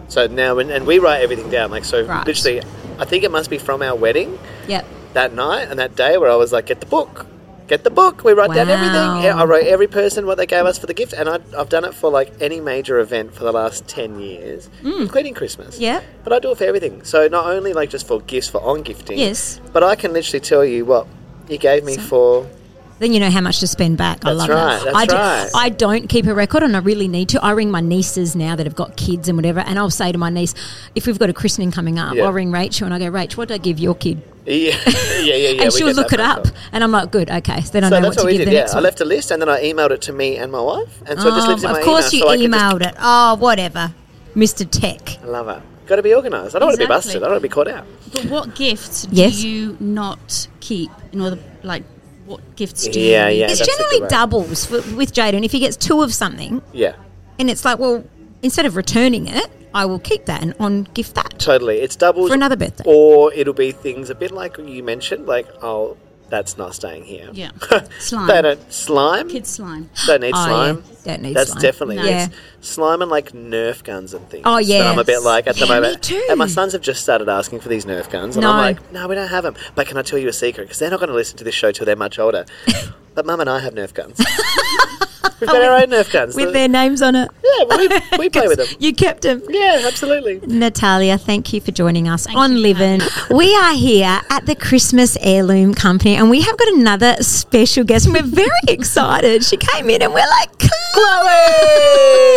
Speaker 2: So now, and, and we write everything down. Like, so
Speaker 1: Right.
Speaker 2: literally, I think it must be from our wedding
Speaker 1: Yep.
Speaker 2: that night and that day where I was like, get the book, get the book. We write down
Speaker 1: Wow.
Speaker 2: everything. Yeah, I wrote every person what they gave us for the gift, and I, I've done it for like any major event for the last ten years, including Christmas.
Speaker 1: Mm. Yep.
Speaker 2: but I do it for everything. So not only like just for gifts for on gifting.
Speaker 1: Yes.
Speaker 2: but I can literally tell you what you gave me for.
Speaker 1: Then you know how much to spend back. I
Speaker 2: That's
Speaker 1: love
Speaker 2: right,
Speaker 1: that.
Speaker 2: that's
Speaker 1: I, do,
Speaker 2: right.
Speaker 1: I don't keep a record and I really need to. I ring my nieces now that have got kids and whatever, and I'll say to my niece, if we've got a christening coming up,
Speaker 2: Yeah.
Speaker 1: I'll ring Rachel and I go, Rach, what did I give your kid?
Speaker 2: Yeah, yeah, yeah. yeah
Speaker 1: and
Speaker 2: we
Speaker 1: she'll
Speaker 2: get
Speaker 1: look
Speaker 2: that
Speaker 1: it up.
Speaker 2: myself.
Speaker 1: And I'm like, good, okay. So then I
Speaker 2: So
Speaker 1: know
Speaker 2: that's
Speaker 1: what to
Speaker 2: what we
Speaker 1: give
Speaker 2: did.
Speaker 1: the
Speaker 2: Yeah,
Speaker 1: next
Speaker 2: I
Speaker 1: one.
Speaker 2: left a list and then I emailed it to me and my wife, and so it just
Speaker 1: Um,
Speaker 2: lives in
Speaker 1: of
Speaker 2: my
Speaker 1: course,
Speaker 2: email.
Speaker 1: you
Speaker 2: so I can
Speaker 1: emailed
Speaker 2: just,
Speaker 1: it. Oh, whatever. Mr. Tech.
Speaker 2: I love it. Got to be organised. I don't want to be
Speaker 8: Exactly.
Speaker 2: busted. I don't want to be caught out.
Speaker 8: But what gifts
Speaker 1: Yes.
Speaker 8: do you not keep in order? Like, what gifts do
Speaker 2: Yeah,
Speaker 8: you?
Speaker 2: yeah.
Speaker 1: It's
Speaker 2: that's a good
Speaker 1: generally
Speaker 2: way.
Speaker 1: doubles for, with Jaden. If he gets two of something,
Speaker 2: Yeah.
Speaker 1: And it's like, well, instead of returning it, I will keep that and on gift that.
Speaker 2: Totally, it's doubles
Speaker 1: For another birthday.
Speaker 2: or it'll be things a bit like you mentioned, like oh, that's not staying here.
Speaker 8: Yeah.
Speaker 2: they
Speaker 8: Slime.
Speaker 2: don't slime.
Speaker 8: Kids slime.
Speaker 2: don't need
Speaker 1: Oh, yeah.
Speaker 2: slime.
Speaker 1: Don't need
Speaker 2: That's
Speaker 1: slime.
Speaker 2: definitely
Speaker 1: No.
Speaker 2: it.
Speaker 1: Yeah.
Speaker 2: slime and like Nerf guns and things.
Speaker 1: Oh,
Speaker 2: that I'm
Speaker 1: yes.
Speaker 2: a bit like at the
Speaker 1: Yeah, me
Speaker 2: moment.
Speaker 1: too.
Speaker 2: And my sons have just started asking for these Nerf guns, and I'm
Speaker 1: No.
Speaker 2: like, no, we don't have them. But can I tell you a secret? Because they're not going to listen to this show till they're much older. but Mum and I have Nerf guns. We've
Speaker 1: Oh,
Speaker 2: got our own Nerf guns.
Speaker 1: with their names on it.
Speaker 2: yeah, we, we play with them.
Speaker 1: You kept them.
Speaker 2: Yeah, absolutely.
Speaker 1: Natalia, thank you for joining us on Livin. We are here at the Christmas Heirloom Company and we have got another special guest and we're very excited. She came in and we're like, Chloe!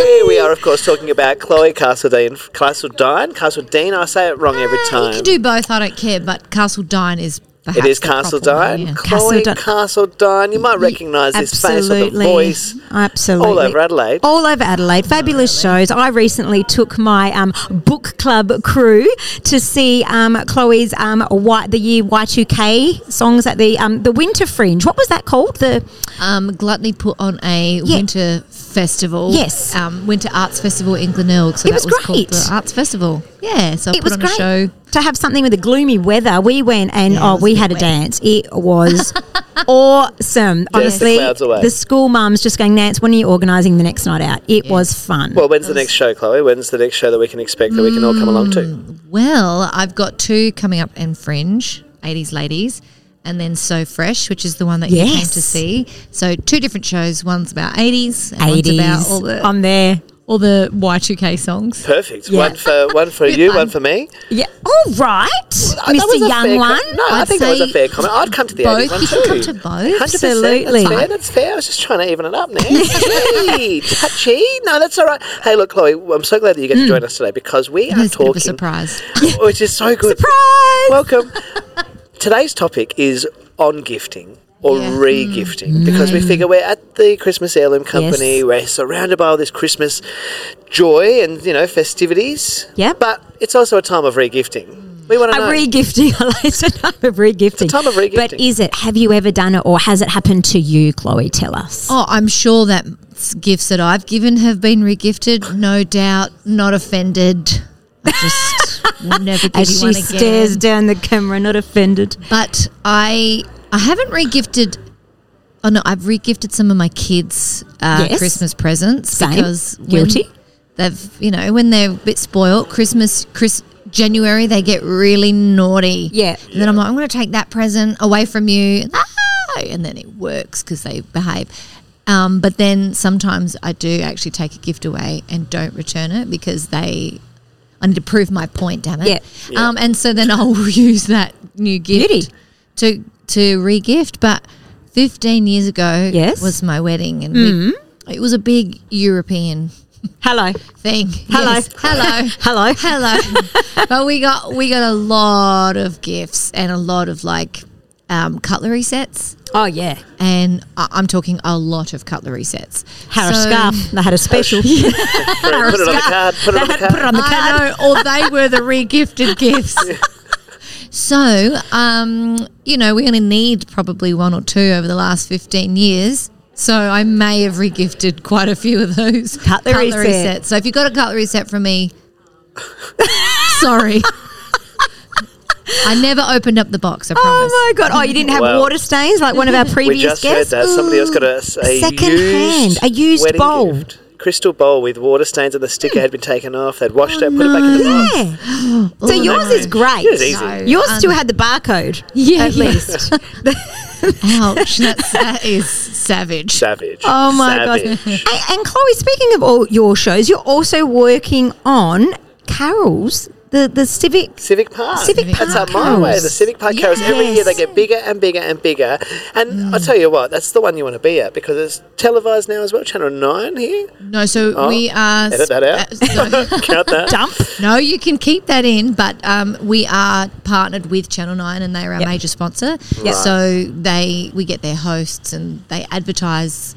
Speaker 2: Here we are, of course, talking about Chloe Castledine. Castledine? Castledine? I say it wrong every time.
Speaker 9: You can do both. I don't care. But Castle Dine is. Perhaps
Speaker 2: It is
Speaker 9: the proper
Speaker 2: Castledine.
Speaker 9: one, yeah.
Speaker 2: Chloe
Speaker 1: Castledine.
Speaker 2: Castledine. You might recognise this face or the voice.
Speaker 1: Absolutely.
Speaker 2: All over Adelaide.
Speaker 1: All over Adelaide. Fabulous shows. I recently took my um, book club crew to see um, Chloe's um, y, the year Y2K songs at the um, the Winter Fringe. What was that called? The
Speaker 9: Um, Gluttony put on a
Speaker 1: Yeah.
Speaker 9: winter festival.
Speaker 1: Yes.
Speaker 9: Um, winter Arts Festival in Glenelg. So
Speaker 1: It
Speaker 9: that
Speaker 1: was
Speaker 9: called the
Speaker 1: great.
Speaker 9: Arts Festival. Yeah. So I
Speaker 1: it
Speaker 9: put
Speaker 1: was
Speaker 9: on
Speaker 1: great
Speaker 9: a show.
Speaker 1: to have something with the gloomy weather. We went and
Speaker 9: Yeah, it
Speaker 1: oh,
Speaker 9: was
Speaker 1: we
Speaker 9: a bit
Speaker 1: had a
Speaker 9: wet.
Speaker 1: dance. It was awesome. Honestly,
Speaker 2: clouds away.
Speaker 1: school mums just going, Nance, when are you organising the next night out? It was fun.
Speaker 2: Well, when's the next show, Chloe? When's the next show that we can expect that we can all come along to?
Speaker 9: Mm. Well, I've got two coming up in Fringe, 80s Ladies, and then So Fresh, which is the one that you came
Speaker 1: Yes.
Speaker 9: to see. So two different shows. One's about 80s, and one's
Speaker 1: 80s.
Speaker 9: about all the,
Speaker 1: I'm there.
Speaker 9: all the Y2K songs.
Speaker 2: Perfect.
Speaker 1: Yeah.
Speaker 2: One for one for you, one for me.
Speaker 1: Yeah. All right,
Speaker 2: Uh, that was
Speaker 1: Mr.
Speaker 2: a
Speaker 1: Young
Speaker 2: fair co-
Speaker 1: One.
Speaker 2: no, i
Speaker 9: I'd
Speaker 2: think that was a
Speaker 9: say
Speaker 2: fair comment. I'd come to the 80s
Speaker 9: both.
Speaker 2: one
Speaker 9: You
Speaker 2: too.
Speaker 9: can come to both.
Speaker 2: 100%,
Speaker 1: Absolutely.
Speaker 2: That's fair, that's fair. I was just trying to even it up now. Gee, touchy. No, that's all right. Hey, look, Chloe, I'm so glad that you get to join us today because we are
Speaker 9: It's Hmm. a bit
Speaker 2: talking.
Speaker 9: of a surprise.
Speaker 2: Which is Oh, so good.
Speaker 1: Surprise!
Speaker 2: Welcome. Today's topic is on gifting or
Speaker 9: Yeah.
Speaker 2: re-gifting because we figure we're at the Christmas heirloom
Speaker 1: Mm.
Speaker 2: company.
Speaker 1: Yes.
Speaker 2: We're surrounded by all this Christmas joy and you know festivities.
Speaker 1: Yep.
Speaker 2: But it's also a time of re-gifting. We want to know.
Speaker 1: A regifting. I like the time of regifting.
Speaker 2: time of
Speaker 1: But
Speaker 2: regifting.
Speaker 1: is it? Have you ever done it, or has it happened to you, Chloe? Tell us.
Speaker 9: Oh, I'm sure that s- gifts that I've given have been regifted. No doubt. Not offended. I just will never give
Speaker 1: As
Speaker 9: you
Speaker 1: she
Speaker 9: one again.
Speaker 1: stares down the camera, not offended.
Speaker 9: But I I haven't regifted. Oh no, I've regifted some of my kids' uh,
Speaker 1: Yes.
Speaker 9: Christmas presents
Speaker 1: Same.
Speaker 9: because when
Speaker 1: Guilty.
Speaker 9: They've you know when they're a bit spoiled. Christmas, Chris January they get really naughty.
Speaker 1: Yeah.
Speaker 9: And then I'm like, I'm going to take that present away from you. No! And then it works because they behave. Um, but then sometimes I do actually take a gift away and don't return it because they. I need to prove my point, damn it.
Speaker 1: Yeah.
Speaker 9: Um, and so then I'll use that new gift
Speaker 1: Beauty.
Speaker 9: to to regift. But 15 years ago
Speaker 1: Yes.
Speaker 9: was my wedding, and we, it was a big European
Speaker 1: Hello.
Speaker 9: thing.
Speaker 1: Hello.
Speaker 9: Yes. hello,
Speaker 1: Hello.
Speaker 9: hello. but we got we got a lot of gifts and a lot of like um, cutlery sets,
Speaker 1: Oh yeah.
Speaker 9: and I- I'm talking a lot of cutlery sets.
Speaker 1: Had
Speaker 9: So-
Speaker 1: a scarf. They had a special.
Speaker 2: Put it on the card. Put it
Speaker 1: they
Speaker 2: on the
Speaker 1: had put it
Speaker 2: card.
Speaker 1: on the card.
Speaker 9: I know, or they were the regifted gifts. So, um, you know, we're going to need probably one or two over the last 15 years. So I may have regifted quite a few of those
Speaker 1: Cutlery set.
Speaker 9: sets. So if you got a cutlery set from me, sorry. I never opened up the box, I promise.
Speaker 1: Oh my god! Oh, you didn't have
Speaker 2: Wow.
Speaker 1: water stains like one of our previous
Speaker 2: We just
Speaker 1: guests.
Speaker 2: heard that somebody else got a, a
Speaker 1: Second
Speaker 2: used
Speaker 1: hand, a used
Speaker 2: wedding
Speaker 1: bowl.
Speaker 2: gift. Crystal bowl with water stains and the sticker had been taken off. They'd washed it, put it back in the box.
Speaker 1: Yeah. So Oh, yours is great.
Speaker 2: It was easy. No,
Speaker 1: Yours still had the barcode.
Speaker 9: Yeah,
Speaker 1: At
Speaker 9: yeah.
Speaker 1: least.
Speaker 9: Ouch, that's, that is savage.
Speaker 2: Savage.
Speaker 1: Oh my god!
Speaker 2: Savage.
Speaker 1: And, and Chloe, speaking of all your shows, you're also working on Carol's the the civic.
Speaker 2: Civic Park.
Speaker 1: Civic
Speaker 2: That's
Speaker 1: Park
Speaker 2: up my way. The
Speaker 1: carols.
Speaker 2: Civic Park carols. Every year they get bigger and bigger and bigger. And
Speaker 1: Mm.
Speaker 2: I'll tell you what, that's the one you want to be at because it's televised now as well. Channel 9 here.
Speaker 9: No, so we
Speaker 2: Oh.
Speaker 9: are.
Speaker 2: Edit that out.
Speaker 9: uh, so-
Speaker 2: Count that.
Speaker 1: Dump.
Speaker 9: No, you can keep that in, but um, we are partnered with Channel Nine, and they are our major sponsor. So they we get their hosts, and they advertise,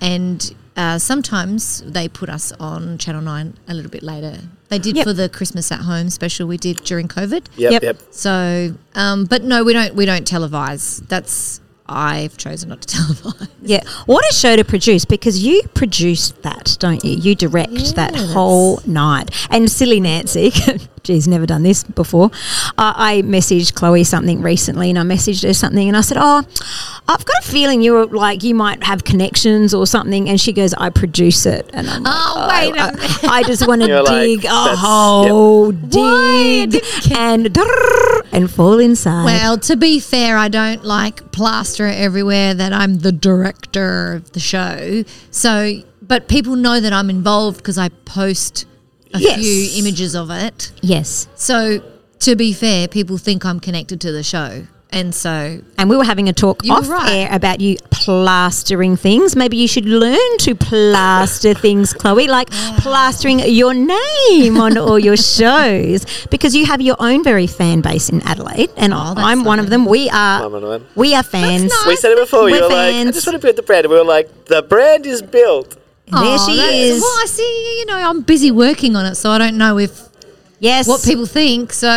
Speaker 9: and uh, sometimes they put us on Channel Nine a little bit later. They did
Speaker 1: Yep.
Speaker 9: for the Christmas at Home special we did during COVID.
Speaker 2: Yep, yep.
Speaker 1: Yep.
Speaker 9: So, um, but no, we don't we don't televise. That's I've chosen not to televise.
Speaker 1: Yeah, what a show to produce because you produced that, don't you? You direct that whole night, and silly Nancy geez, never done this before. I, I messaged Chloe something recently and I messaged her something and I said, Oh, I've got a feeling you're like, you might have connections or something. And she goes, I produce it. And I'm like,
Speaker 9: Oh,
Speaker 1: Oh,
Speaker 9: wait a
Speaker 1: I,
Speaker 9: minute.
Speaker 1: I, I just want to
Speaker 2: You're like,
Speaker 1: dig a
Speaker 2: that's-
Speaker 1: hole,
Speaker 9: Why?
Speaker 1: dig, and, and fall inside.
Speaker 9: Well, to be fair, I don't like plaster everywhere that I'm the director of the show. So, but people know that I'm involved because I post a
Speaker 1: Yes.
Speaker 9: few images of it.
Speaker 1: yes.
Speaker 9: So, to be fair, people think I'm connected to the show. And so,
Speaker 1: And we were having a talk
Speaker 9: You were
Speaker 1: off
Speaker 9: right.
Speaker 1: air about you plastering things. Maybe you should learn to plaster things, Chloe, like
Speaker 9: Ah.
Speaker 1: plastering your name on all your shows because you have your own very fan base in Adelaide, and
Speaker 9: Oh, that's
Speaker 1: I'm one of them. We are
Speaker 2: I'm on one.
Speaker 1: we are fans.
Speaker 9: nice.
Speaker 2: We said it before.
Speaker 1: We're
Speaker 2: You were like, I
Speaker 1: fans.
Speaker 2: just want to build the brand. And we were like, the brand is built.
Speaker 1: There
Speaker 9: Oh,
Speaker 1: she
Speaker 9: that's-
Speaker 1: is.
Speaker 9: Well, I see, you know, I'm busy working on it. So, I don't know if
Speaker 1: Yes,
Speaker 9: what people think. So,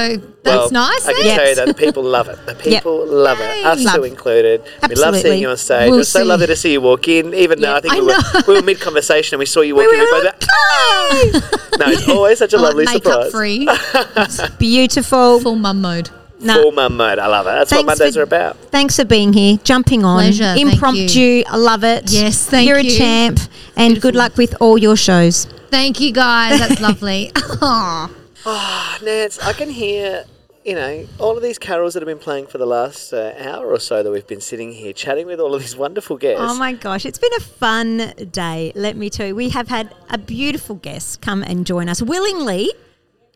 Speaker 2: Well,
Speaker 9: that's nice.
Speaker 2: I can
Speaker 9: eh?
Speaker 2: tell you that the people love it. The people love it. Us
Speaker 1: Love.
Speaker 2: two included. We love
Speaker 1: Absolutely.
Speaker 2: seeing you on stage.
Speaker 9: We'll
Speaker 2: it was so
Speaker 9: see.
Speaker 2: lovely to see you walk in, even though I think
Speaker 9: I
Speaker 2: we,
Speaker 9: know.
Speaker 2: were, we were mid conversation and we saw you walk in. We
Speaker 1: were
Speaker 2: both
Speaker 1: like,
Speaker 2: went, no, it's always such a
Speaker 9: Like
Speaker 2: lovely
Speaker 9: makeup
Speaker 2: surprise.
Speaker 9: free,
Speaker 1: beautiful.
Speaker 9: full mum mode.
Speaker 1: No.
Speaker 2: Full mum mode. I love it. That's what
Speaker 1: Thanks
Speaker 2: Mondays
Speaker 1: for-
Speaker 2: are about.
Speaker 1: Thanks for being here, jumping on,
Speaker 9: Pleasure, thank
Speaker 1: impromptu.
Speaker 9: you.
Speaker 1: I love it.
Speaker 9: Yes, thank
Speaker 1: You're
Speaker 9: you.
Speaker 1: a champ, and good luck with all your shows.
Speaker 9: Thank you guys. That's lovely. Aw.
Speaker 2: Ah, Nance, I can hear, you know, all of these carols that have been playing for the last uh, hour or so that we've been sitting here chatting with all of these wonderful guests.
Speaker 1: Oh my gosh, it's been a fun day, let me tell you. We have had a beautiful guest come and join us willingly,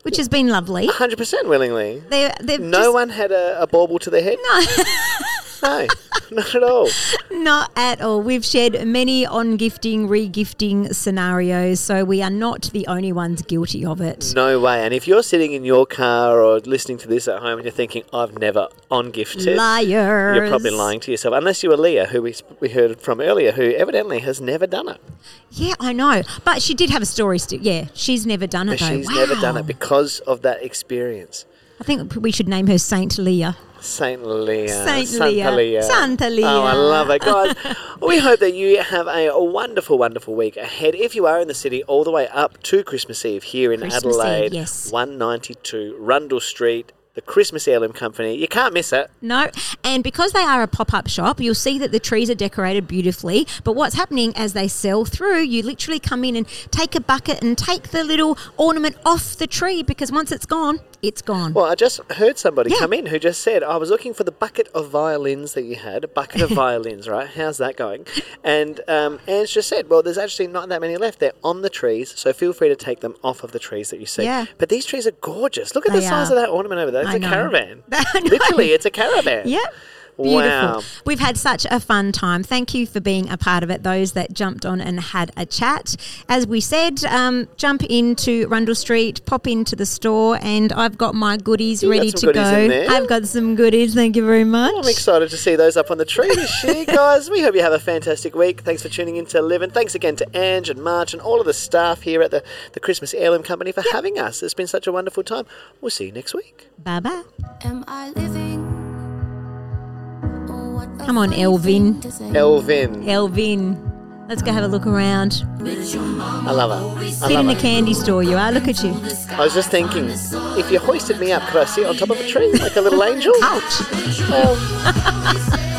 Speaker 1: which has been lovely.
Speaker 2: 100% willingly.
Speaker 1: They're, they've
Speaker 2: No
Speaker 1: just
Speaker 2: one had a, a bauble to their head. No. no, not at all.
Speaker 1: not at all. We've shared many on gifting, re gifting scenarios, so we are not the only ones guilty of it.
Speaker 2: No way. And if you're sitting in your car or listening to this at home and you're thinking, I've never on gifted,
Speaker 1: Liars.
Speaker 2: you're probably lying to yourself. Unless you were Leah, who we, we heard from earlier, who evidently has never done it.
Speaker 1: Oh, Yeah, I know. But she did have a story still. Yeah, she's never done it
Speaker 2: But
Speaker 1: though.
Speaker 2: she's never done
Speaker 1: Wow.
Speaker 2: it because of that experience.
Speaker 1: I think we should name her Saint Leah.
Speaker 2: Saint Leah.
Speaker 1: Saint
Speaker 2: Santa
Speaker 1: Leah.
Speaker 2: Leah.
Speaker 1: Santa
Speaker 2: Oh, I
Speaker 1: Leah.
Speaker 2: love it, guys. we hope that you have a wonderful, wonderful week ahead. If you are in the city, all the way up to Christmas Eve here in
Speaker 1: Christmas Eve,
Speaker 2: Adelaide,
Speaker 1: yes.
Speaker 2: 192 Rundle Street, the Christmas Heirloom Company. You can't miss it.
Speaker 1: No, and because they are a pop up shop, you'll see that the trees are decorated beautifully. But what's happening as they sell through, you literally come in and take a bucket and take the little ornament off the tree because once it's gone, it's gone.
Speaker 2: Well, I just heard somebody
Speaker 1: Yeah.
Speaker 2: come in who just said, I was looking for the bucket of violins that you had, a bucket of violins, right? How's that going? And um, Anne's just said, well, there's actually not that many left. They're on the trees, so feel free to take them off of the trees that you see.
Speaker 1: Yeah.
Speaker 2: But these trees are gorgeous. Look at the
Speaker 1: They
Speaker 2: size
Speaker 1: are.
Speaker 2: of that ornament over there. It's
Speaker 1: I
Speaker 2: a
Speaker 1: know.
Speaker 2: caravan.
Speaker 1: I know.
Speaker 2: Literally, it's a caravan.
Speaker 1: Yeah. Beautiful.
Speaker 2: Wow.
Speaker 1: We've had such a fun time. Thank you for being a part of it, those that jumped on and had a chat. As we said, um, jump into Rundle Street, pop into the store, and I've got my goodies
Speaker 2: You got
Speaker 1: ready
Speaker 2: some
Speaker 1: to
Speaker 2: goodies
Speaker 1: go.
Speaker 2: in there.
Speaker 1: I've got some goodies. Thank you very much.
Speaker 2: I'm excited to see those up on the tree this year, guys. We hope you have a fantastic week. Thanks for tuning in to Live, and thanks again to Ange and March and all of the staff here at the, the Christmas Heirloom Company for having us. It's been such a wonderful time. We'll see you next week.
Speaker 1: Bye bye.
Speaker 4: Am I living? Oh, what a
Speaker 1: Come on,
Speaker 4: funny
Speaker 1: Elvin.
Speaker 4: thing to say.
Speaker 2: Elvin.
Speaker 1: Elvin. Let's go have a look around.
Speaker 2: I love her. I
Speaker 1: Sit in
Speaker 2: love
Speaker 1: a
Speaker 2: her.
Speaker 1: candy store, you are. Look at you.
Speaker 2: I was just thinking, if you hoisted me up, could I sit on top of a tree like a little angel?
Speaker 1: Ouch.
Speaker 2: Well,